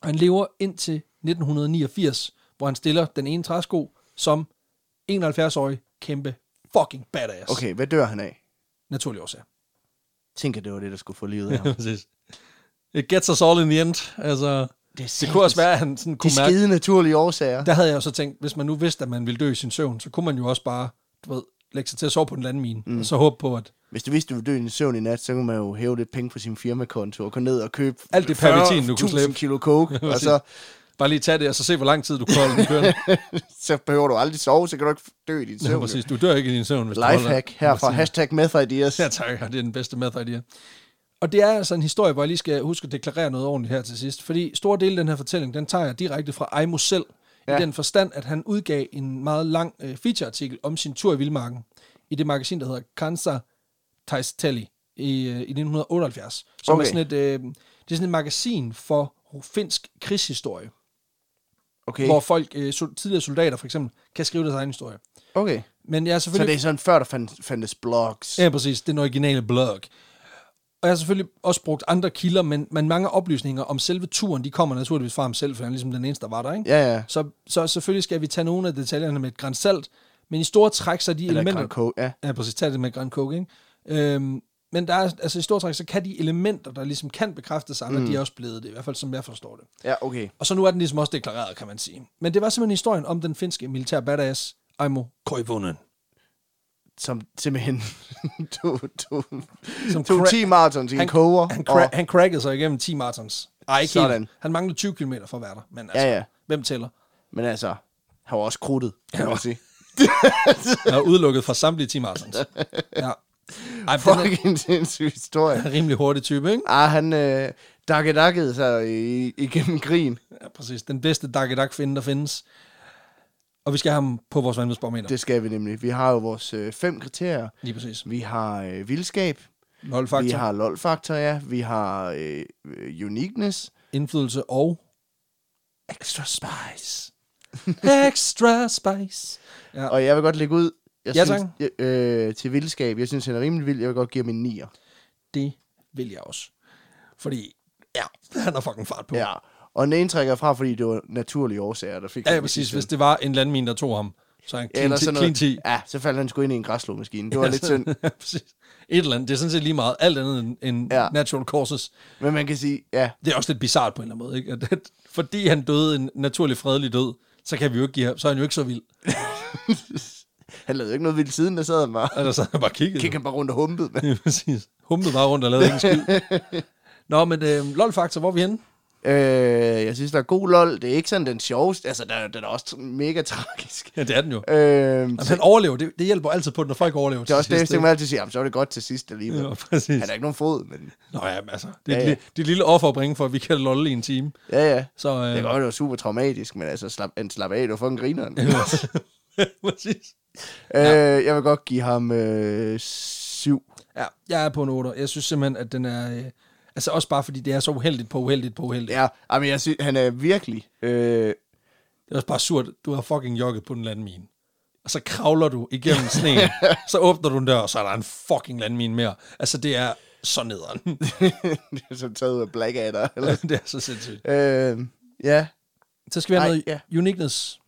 [SPEAKER 2] Og han lever indtil 1989, hvor han stiller den ene træsko som 71-årig kæmpe fucking badass.
[SPEAKER 1] Okay, hvad dør han af? <laughs>
[SPEAKER 2] Naturlig årsager.
[SPEAKER 1] Tænker, det var det, der skulle få livet af ham.
[SPEAKER 2] Præcis. It gets us all in the end. Altså,
[SPEAKER 1] Det,
[SPEAKER 2] det kunne også være, at han sådan
[SPEAKER 1] De
[SPEAKER 2] <laughs> kunne mærke,
[SPEAKER 1] skide naturlige årsager.
[SPEAKER 2] Der havde jeg jo så tænkt, hvis man nu vidste, at man ville dø i sin søvn, så kunne man jo også bare, du ved, lægge sig til at sove på en landmine, mm. og så håbe på, at
[SPEAKER 1] Hvis du vidste, du ville dø i en søvn i nat, så kunne man jo hæve lidt penge på sin firmakonto og gå ned og købe
[SPEAKER 2] Alt det pervitin, du kunne
[SPEAKER 1] 40.000
[SPEAKER 2] slippe.
[SPEAKER 1] kilo
[SPEAKER 2] <laughs>
[SPEAKER 1] coke, og så,
[SPEAKER 2] bare lige tage det, og så se, hvor lang tid du kan holde
[SPEAKER 1] <laughs>
[SPEAKER 2] den kørende.
[SPEAKER 1] så behøver du aldrig sove, så kan du ikke dø i din
[SPEAKER 2] ja,
[SPEAKER 1] søvn.
[SPEAKER 2] præcis. Du dør ikke i din søvn, hvis du holder
[SPEAKER 1] Lifehack herfra. Hashtag meth ideas.
[SPEAKER 2] <laughs> Ja, tak. Ja, Det er den bedste method idea. Og det er altså en historie, hvor jeg lige skal huske at deklarere noget ordentligt her til sidst. Fordi store dele af den her fortælling, den tager jeg direkte fra Aimo selv. Ja.
[SPEAKER 1] Ja.
[SPEAKER 2] I den forstand, at han udgav en meget lang øh, featureartikel om sin tur i Vildmarken. I det magasin, der hedder Kansa Taistelli i, øh, i 1978. Som
[SPEAKER 1] Okay.
[SPEAKER 2] er sådan et, øh, det er sådan et magasin for finsk krigshistorie.
[SPEAKER 1] Okay.
[SPEAKER 2] Hvor folk, øh, sol- tidligere soldater for eksempel, kan skrive deres egen historie.
[SPEAKER 1] okay.
[SPEAKER 2] Men jeg er
[SPEAKER 1] Så
[SPEAKER 2] selvfølgelig...
[SPEAKER 1] det er sådan, før der fand, fandtes blogs.
[SPEAKER 2] Ja, præcis. Den originale blog. Og jeg har selvfølgelig også brugt andre kilder, men, men mange oplysninger om selve turen, de kommer naturligvis fra ham selv, for han er ligesom den eneste, der var der, ikke?
[SPEAKER 1] Ja, ja.
[SPEAKER 2] Så, så selvfølgelig skal vi tage nogle af detaljerne med et gran salt, men i store træk, så er de
[SPEAKER 1] Eller
[SPEAKER 2] elementer...
[SPEAKER 1] Grand Coke, ja.
[SPEAKER 2] Ja, præcis. Tag det med Grand Coke, ikke? Øhm, men der er, altså i store træk, så kan de elementer, der ligesom kan bekræfte sig, mm. de er også blevet det, i hvert fald som jeg forstår det.
[SPEAKER 1] Ja, okay.
[SPEAKER 2] Og så nu er den ligesom også deklareret, kan man sige. Men det var simpelthen historien om den finske militær badass, Aimo Koivunen.
[SPEAKER 1] Som simpelthen <laughs> to, to,
[SPEAKER 2] Som
[SPEAKER 1] to
[SPEAKER 2] cra-
[SPEAKER 1] 10 marathons i en koger.
[SPEAKER 2] Han,
[SPEAKER 1] og-
[SPEAKER 2] cra- han crackede sig igennem 10 marathons. Ej, ikke
[SPEAKER 1] Sådan.
[SPEAKER 2] helt. Han manglede 20 km for at være der. Men altså,
[SPEAKER 1] Ja, ja.
[SPEAKER 2] hvem tæller?
[SPEAKER 1] Men altså, han var også krudtet, kan man
[SPEAKER 2] <laughs>
[SPEAKER 1] sige.
[SPEAKER 2] Jeg er udelukket fra samtlige
[SPEAKER 1] <laughs>
[SPEAKER 2] 10 marathons. Ja. Ej, men den
[SPEAKER 1] Fucking sindssyg historie.
[SPEAKER 2] er en rimelig hurtig type, ikke?
[SPEAKER 1] Ah, han øh, dakkedakkede sig i, igennem krigen.
[SPEAKER 2] Ja, præcis. Den bedste dag finde der findes. Og vi skal have ham på vores vanvidsbarometer.
[SPEAKER 1] Det skal vi nemlig. Vi har jo vores øh, fem kriterier.
[SPEAKER 2] Lige præcis.
[SPEAKER 1] Vi har øh, vildskab. Vi
[SPEAKER 2] Nolfaktor, har...
[SPEAKER 1] har lol-faktor, ja. Vi har øh, øh, uniqueness.
[SPEAKER 2] indflydelse og extra
[SPEAKER 1] <laughs>
[SPEAKER 2] spice. extra spice. Ja.
[SPEAKER 1] Og jeg vil godt lægge ud jeg
[SPEAKER 2] Ja,
[SPEAKER 1] synes,
[SPEAKER 2] tak.
[SPEAKER 1] jeg, øh, til vildskab. Jeg synes, han er rimelig vild. Jeg vil godt give ham en nier.
[SPEAKER 2] Det vil jeg også. Fordi, ja, han har fucking fart på.
[SPEAKER 1] Ja. Og den ene trækker fra, fordi det var naturlige årsager, der fik
[SPEAKER 2] Ja,
[SPEAKER 1] ham
[SPEAKER 2] ja
[SPEAKER 1] i
[SPEAKER 2] præcis.
[SPEAKER 1] sidste
[SPEAKER 2] Hvis det var en landmine, der tog ham, så er han
[SPEAKER 1] ende.
[SPEAKER 2] clean,
[SPEAKER 1] Eller
[SPEAKER 2] ti,
[SPEAKER 1] sådan
[SPEAKER 2] clean 10.
[SPEAKER 1] noget. Ja, så faldt han sgu ind i en græslåmaskine. Det var
[SPEAKER 2] <laughs>
[SPEAKER 1] lidt synd.
[SPEAKER 2] Præcis. Et eller andet. Det er sådan set lige meget. Alt andet end, end ja.
[SPEAKER 1] Ja.
[SPEAKER 2] natural causes.
[SPEAKER 1] Men man kan sige, ja,
[SPEAKER 2] Det er også lidt bizart på en eller anden måde. Ikke? At, at, fordi han døde en naturlig fredelig død, så kan vi jo ikke give ham, så er han jo ikke så vild.
[SPEAKER 1] han lavede jo ikke noget vildt siden, der sad han bare. <laughs>
[SPEAKER 2] Eller Altså, så har han bare kigget. <laughs>
[SPEAKER 1] Kiggede han bare rundt og humpede. <laughs>
[SPEAKER 2] Ja, præcis. Humpede bare rundt og lavede ikke en skid. Nå, men øh, lol-faktor, øhm, hvor er vi henne?
[SPEAKER 1] Øh, jeg synes, der er god lol. Det er ikke sådan den sjoveste. Altså, der, den er også mega tragisk.
[SPEAKER 2] Ja, det er den jo.
[SPEAKER 1] Øh,
[SPEAKER 2] Jamen, han overlever. Det, det hjælper altid på, når folk overlever.
[SPEAKER 1] det er også det, jeg tænker
[SPEAKER 2] det
[SPEAKER 1] mig altid siger, jamen, så er det godt til sidst alligevel.
[SPEAKER 2] Ja, præcis.
[SPEAKER 1] Han har ikke nogen fod, men
[SPEAKER 2] Nå ja, men altså, det er,
[SPEAKER 1] Ja,
[SPEAKER 2] ja,
[SPEAKER 1] ja.
[SPEAKER 2] ja. det er et lille offer at bringe for, at vi kan lolle i en time.
[SPEAKER 1] ja, ja.
[SPEAKER 2] Så,
[SPEAKER 1] Det
[SPEAKER 2] øh,
[SPEAKER 1] kan godt være, det var super traumatisk, men altså, slap, en slap af, det var fucking grineren.
[SPEAKER 2] Præcis.
[SPEAKER 1] øh, jeg vil godt give ham øh, syv.
[SPEAKER 2] Ja, jeg er på en 8. Jeg synes simpelthen, at den er... Øh, altså også bare fordi, det er så uheldigt på uheldigt på uheldigt. Ja.
[SPEAKER 1] Ja, jamen, jeg synes, han er virkelig... Øh, <laughs>
[SPEAKER 2] Det er også bare surt. Du har fucking jogget på en landmine. Og så kravler du igennem sneen. så åbner du en dør, og så er der en fucking landmine mere. Altså, det er så nederen. <laughs>
[SPEAKER 1] det er som taget ud af Blackadder. Eller?
[SPEAKER 2] det er så sindssygt.
[SPEAKER 1] <laughs> øh, ja,
[SPEAKER 2] Så skal vi have
[SPEAKER 1] Ej,
[SPEAKER 2] noget
[SPEAKER 1] ja.
[SPEAKER 2] uniqueness.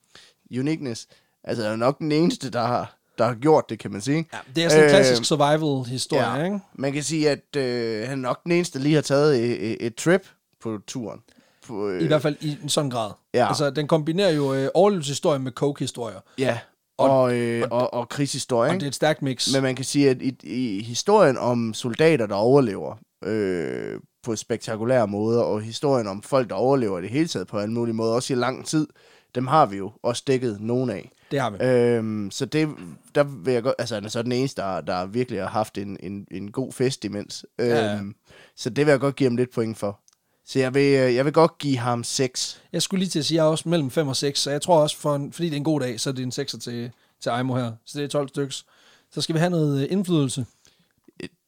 [SPEAKER 1] uniqueness. Altså, jeg er nok den eneste, der har, der har gjort det, kan man sige.
[SPEAKER 2] Ja, det er sådan en
[SPEAKER 1] Øh,
[SPEAKER 2] klassisk survival-historie, ja. ikke?
[SPEAKER 1] Man kan sige, at øh, han er nok den eneste, der lige har taget et, et, et trip på turen. På, øh,
[SPEAKER 2] I hvert fald i en sådan grad.
[SPEAKER 1] Ja. Mm.
[SPEAKER 2] Altså, den kombinerer jo øh, overlevelseshistorier med coke-historier.
[SPEAKER 1] Ja, og, øh, og, og krigshistorie.
[SPEAKER 2] Og
[SPEAKER 1] ikke?
[SPEAKER 2] det er et stærkt mix.
[SPEAKER 1] Men man kan sige, at i, i historien om soldater, der overlever øh, på spektakulære måder, og historien om folk, der overlever i det hele taget på alle mulige måder, også i lang tid, dem har vi jo også dækket nogen af.
[SPEAKER 2] det har vi.
[SPEAKER 1] Øhm, så det, der vil jeg godt, altså han er så den eneste, der, der virkelig har haft en, en, en god fest imens. Øhm,
[SPEAKER 2] Ja, ja.
[SPEAKER 1] Så det vil jeg godt give ham lidt point for. Så jeg vil, øh, jeg vil godt give ham 6.
[SPEAKER 2] Jeg skulle lige til at sige, at jeg er også mellem 5 og 6, så jeg tror også, for en, fordi det er en god dag, så er det en 6'er til, til Ejmo her. Så det er 12 styks. Så skal vi have noget øh, indflydelse.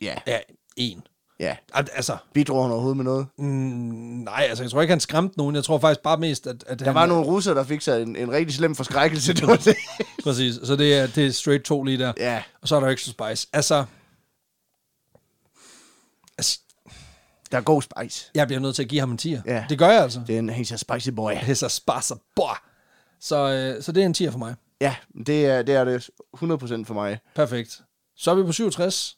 [SPEAKER 1] Ja,
[SPEAKER 2] Ja, en.
[SPEAKER 1] ja.
[SPEAKER 2] Al- Altså,
[SPEAKER 1] Bidrog han overhovedet med noget?
[SPEAKER 2] mm, nej, altså, jeg tror ikke, han skræmte nogen. Jeg tror faktisk bare mest, at, at
[SPEAKER 1] Der
[SPEAKER 2] han...
[SPEAKER 1] var nogle russer, der fik sig en, en rigtig slem forskrækkelse. Det var det.
[SPEAKER 2] Præcis, så det er, det er straight to lige der.
[SPEAKER 1] Ja,
[SPEAKER 2] Og så er der extra spice. Altså, altså,
[SPEAKER 1] der er god spice.
[SPEAKER 2] jeg bliver nødt til at give ham en 10'er.
[SPEAKER 1] Ja.
[SPEAKER 2] Det gør jeg altså.
[SPEAKER 1] Det er en helt spicy boy.
[SPEAKER 2] Det er så sparser, bor. Så, øh, så det er en 10'er for mig.
[SPEAKER 1] Ja, det er det, er det 100% for mig.
[SPEAKER 2] Perfekt. Så er vi på 67.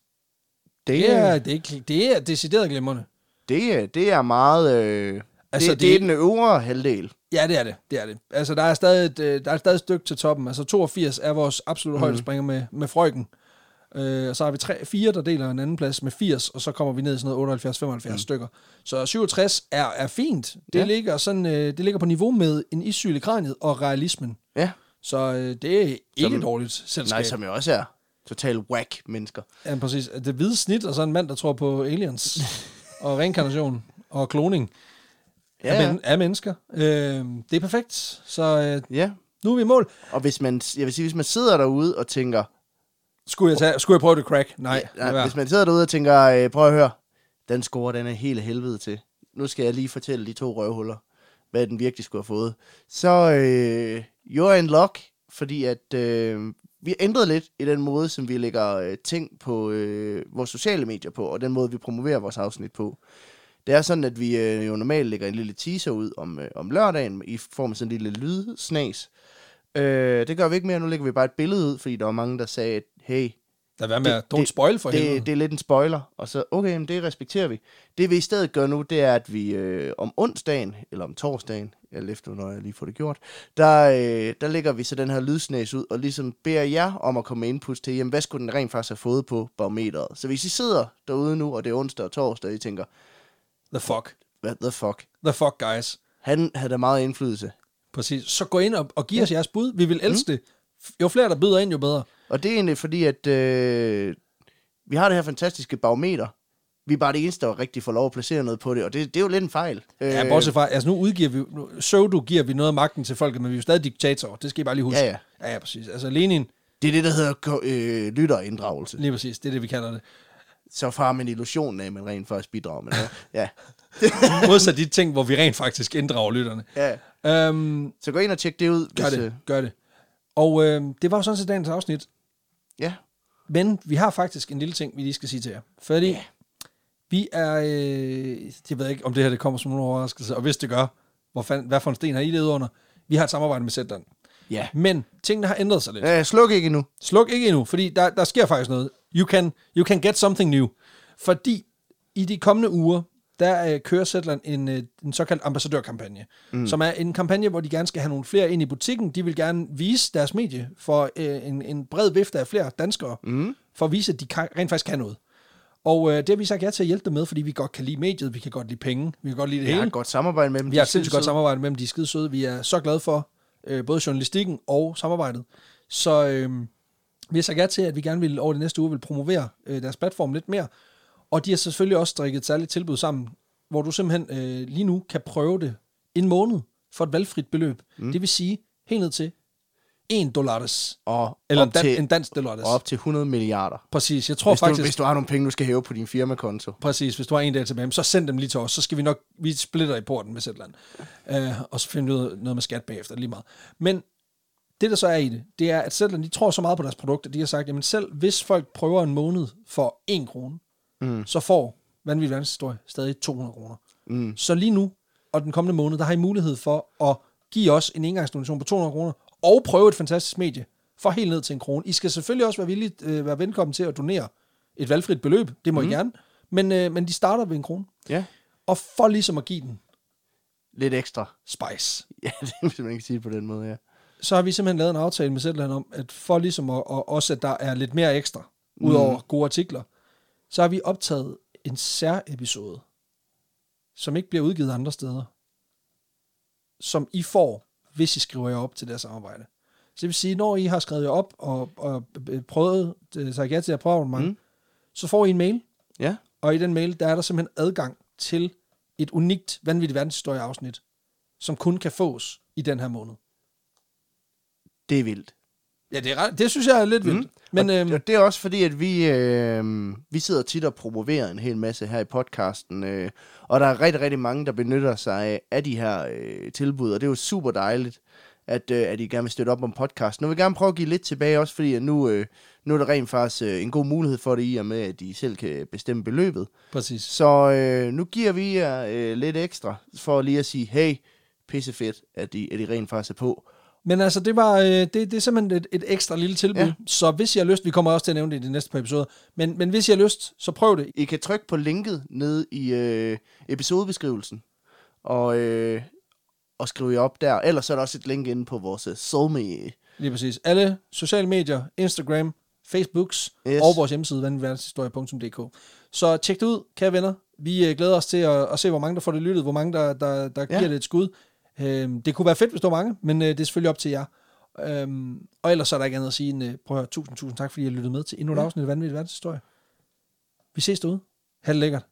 [SPEAKER 1] Det
[SPEAKER 2] Det
[SPEAKER 1] er,
[SPEAKER 2] er, det er, ikke- det er decideret glimrende.
[SPEAKER 1] det er, det er meget... Øh, altså,
[SPEAKER 2] Altså,
[SPEAKER 1] det, det,
[SPEAKER 2] det-
[SPEAKER 1] er den øvre halvdel.
[SPEAKER 2] Ja, det er det. Det er det. Altså, der er stadig et, øh, der er stadig et stykke til toppen. Altså, 82 er vores absolutte
[SPEAKER 1] Mhm.
[SPEAKER 2] mm. højdespringer med, med frøken. Øh, og så har vi tre, fire, der deler en anden plads med 80, og så kommer vi ned i sådan noget 78-75 mm. stykker. Så 67 er, er fint. Det,
[SPEAKER 1] Mhm. Ja.
[SPEAKER 2] ja. ligger sådan, øh, det ligger på niveau med en issyl i kraniet og realismen.
[SPEAKER 1] Ja.
[SPEAKER 2] Så øh, det er ikke som, dårligt
[SPEAKER 1] Nej,
[SPEAKER 2] selskab.
[SPEAKER 1] som jo også er total whack mennesker.
[SPEAKER 2] Ja, præcis. Det hvide snit, og så en mand, der tror på aliens,
[SPEAKER 1] <laughs>
[SPEAKER 2] og reinkarnation, og kloning
[SPEAKER 1] Ja,
[SPEAKER 2] af,
[SPEAKER 1] ja.
[SPEAKER 2] men, af mennesker. Øh, det er perfekt. Så øh,
[SPEAKER 1] Ja,
[SPEAKER 2] nu er vi i mål.
[SPEAKER 1] og hvis man, jeg vil sige, hvis man sidder derude og tænker,
[SPEAKER 2] Skulle jeg, tage, skulle jeg prøve det crack? Nej. lad
[SPEAKER 1] nej,
[SPEAKER 2] være.
[SPEAKER 1] hvis man sidder derude og tænker, øh, prøv at høre, den score, den er helt af helvede til. Nu skal jeg lige fortælle de to røvhuller, hvad den virkelig skulle have fået. Så øh, you're in luck, fordi at øh, vi har ændret lidt i den måde, som vi lægger øh, ting på øh, vores sociale medier på, og den måde, vi promoverer vores afsnit på. Det er sådan, at vi øh, jo normalt lægger en lille teaser ud om, øh, om lørdagen i form af sådan en lille lydsnas. Øh, det gør vi ikke mere, nu lægger vi bare et billede ud, fordi der var mange, der sagde, at hey,
[SPEAKER 2] Lad være med at...
[SPEAKER 1] det-
[SPEAKER 2] Don't spoil for helvede.
[SPEAKER 1] det, det er lidt en spoiler, og så, okay, men det respekterer vi. Det vi i stedet gør nu, det er, at vi øh, om onsdagen, eller om torsdagen, eller efter, når jeg lige får det gjort, der, øh, der lægger vi så den her lydsnæs ud, og ligesom beder jer om at komme med input til, jamen, hvad skulle den rent faktisk have fået på barometeret? Så hvis I sidder derude nu, og det er onsdag og torsdag, og I tænker,
[SPEAKER 2] The fuck.
[SPEAKER 1] what the fuck?
[SPEAKER 2] The fuck, guys.
[SPEAKER 1] Han havde da meget indflydelse.
[SPEAKER 2] Præcis. Så gå ind og, og giv os jeres bud. Vi
[SPEAKER 1] Mm.
[SPEAKER 2] vil elske det. Jo flere, der byder ind, jo bedre.
[SPEAKER 1] Og det er egentlig fordi, at øh, vi har det her fantastiske barometer, vi er bare det eneste, der rigtig får lov at placere noget på det, og det, det er jo lidt en fejl.
[SPEAKER 2] Ja, bortset fra, altså nu udgiver vi, nu, pseudo giver vi noget af magten til folket, men vi er jo stadig diktatorer. Det skal I bare lige huske.
[SPEAKER 1] Ja, ja.
[SPEAKER 2] Ja, ja, præcis. Altså Lenin,
[SPEAKER 1] Det er det, der hedder ko- øh, lytterinddragelse.
[SPEAKER 2] lige præcis, det er det, vi kalder det. <coughs>
[SPEAKER 1] Så far man illusionen af, at man rent faktisk bidrager med
[SPEAKER 2] <laughs>
[SPEAKER 1] noget. Ja.
[SPEAKER 2] Modsat de ting, hvor vi rent faktisk inddrager lytterne.
[SPEAKER 1] ja.
[SPEAKER 2] Øhm,
[SPEAKER 1] Så gå ind og tjek det ud.
[SPEAKER 2] gør
[SPEAKER 1] øh,
[SPEAKER 2] det, gør det. Og øhm, det var jo sådan set dagens afsnit.
[SPEAKER 1] Ja.
[SPEAKER 2] Men vi har faktisk en lille ting, vi lige skal sige til jer. Fordi yeah. vi er... Øh, jeg ved ikke, om det her det kommer som nogen overraskelse. Og hvis det gør, hvor fanden, hvad for en sten har I levet under? Vi har et samarbejde med Zetland.
[SPEAKER 1] Ja.
[SPEAKER 2] Men tingene har ændret sig lidt.
[SPEAKER 1] Øh, sluk ikke endnu.
[SPEAKER 2] Sluk ikke endnu, fordi der, der sker faktisk noget. You can, you can get something new. Fordi i de kommende uger, der øh, kører Zetland en, øh, en såkaldt ambassadørkampagne, mm. som er en kampagne, hvor de gerne skal have nogle flere ind i butikken. De vil gerne vise deres medie for øh, en, en bred vifte af flere danskere, mm. for at vise, at de kan, rent faktisk kan noget. Og øh, det har vi sagt ja til at hjælpe dem med, fordi vi godt kan lide mediet, vi kan godt lide penge, vi kan godt lide det
[SPEAKER 1] Vi har
[SPEAKER 2] hele.
[SPEAKER 1] et godt samarbejde med dem.
[SPEAKER 2] Vi har et sindssygt godt samarbejde med dem, de er skide søde. Vi er så glade for øh, både journalistikken og samarbejdet. Så øh, vi har sagt ja til, at vi gerne vil over de næste uge vil promovere øh, deres platform lidt mere. Og de har selvfølgelig også strikket et særligt tilbud sammen, hvor du simpelthen øh, lige nu kan prøve det en måned for et valgfrit beløb. Mm. Det vil sige helt ned til 1 dollars.
[SPEAKER 1] Og Eller
[SPEAKER 2] Eller en,
[SPEAKER 1] op,
[SPEAKER 2] dan,
[SPEAKER 1] til,
[SPEAKER 2] en dansk dollars.
[SPEAKER 1] og op til 100 milliarder.
[SPEAKER 2] Præcis, jeg tror
[SPEAKER 1] Hvis
[SPEAKER 2] faktisk...
[SPEAKER 1] du, hvis du har nogle penge, du skal hæve på din firmakonto.
[SPEAKER 2] Præcis, hvis du har en dag tilbage, så send dem lige til os, så skal vi nok, vi splitter i porten med Sætland. Uh, og så finder vi ud af noget med skat bagefter, lige meget. Men det, der så er i det, det er, at Sætland, de tror så meget på deres produkt, at de har sagt, jamen selv hvis folk prøver en måned for 1 krone, mm. så får vanvittig verdenshistorie stadig 200 kroner. Mm. Så lige nu, og den kommende måned, der har I mulighed for at give os en engangsdonation på 200 kroner, og prøve et fantastisk medie for helt ned til en krone. I skal selvfølgelig også være villige, øh, være velkommen til at donere et valgfrit beløb, det må mm. I gerne, men, øh, men de starter ved en krone.
[SPEAKER 1] Ja.
[SPEAKER 2] Og for ligesom at give den
[SPEAKER 1] Lidt ekstra. <laughs>
[SPEAKER 2] spice,
[SPEAKER 1] Ja, det hvis man kan sige det på den måde, ja.
[SPEAKER 2] så har vi simpelthen lavet en aftale med Zetland om, at for ligesom at, og også at der er lidt mere ekstra, udover mm. gode artikler, så har vi optaget en særepisode, som ikke bliver udgivet andre steder, som I får, hvis I skriver jer op til deres samarbejde. Så det vil sige, når I har skrevet jer op og, og øh, prøvet, øh, sagt ja til at prøve mange, mm.
[SPEAKER 1] Mm.
[SPEAKER 2] så får I en mail,
[SPEAKER 1] Ja,
[SPEAKER 2] Og i den mail, der er der simpelthen adgang til et unikt, vanvittigt verdenshistorieafsnit, som kun kan fås i den her måned.
[SPEAKER 1] det er vildt.
[SPEAKER 2] Ja, det, er ret, det synes jeg er lidt vildt. Mm. Men
[SPEAKER 1] og,
[SPEAKER 2] øhm,
[SPEAKER 1] og det er også fordi, at vi, øh, vi sidder tit og promoverer en hel masse her i podcasten, øh, og der er rigtig, rigtig mange, der benytter sig af, af de her øh, tilbud, og det er jo super dejligt, at, øh, at I gerne vil støtte op om podcasten. Nu vil jeg gerne prøve at give lidt tilbage også, fordi at nu, øh, nu er der rent faktisk øh, en god mulighed for det i og med, at I selv kan bestemme beløbet.
[SPEAKER 2] præcis.
[SPEAKER 1] Så øh, nu giver vi jer øh, lidt ekstra for lige at sige, hey, pisse fedt, at I, at I rent faktisk er på.
[SPEAKER 2] Men altså, det, var, øh, det, det er simpelthen et, et ekstra lille tilbud. Ja.
[SPEAKER 1] Ja.
[SPEAKER 2] Så hvis I har lyst, vi kommer også til at nævne det i de næste par episoder, men, men hvis I har lyst, så prøv det.
[SPEAKER 1] I kan trykke på linket ned i øh, episodebeskrivelsen og, øh, og skrive jer op der. Ellers er der også et link inde på vores øh, Soulme.
[SPEAKER 2] Lige præcis. Alle sociale medier, Instagram, Facebooks yes.
[SPEAKER 1] Yes.
[SPEAKER 2] og vores hjemmeside, vanvittigverdenshistorie.dk. Så tjek det ud, kære venner. Vi øh, glæder os til at, at se, hvor mange der får det lyttet, hvor mange der, der, der
[SPEAKER 1] Ja.
[SPEAKER 2] giver det et skud. Øhm, det kunne være fedt, hvis der var mange, men øh, det er selvfølgelig op til jer. Øhm, og ellers så er der ikke andet at sige end, øh, prøv at høre, tusind, tusind tak, fordi I har lyttet med til endnu et
[SPEAKER 1] Ja.
[SPEAKER 2] afsnit af Vanvittig Verdenshistorie. Vi ses derude. Ha' det lækkert.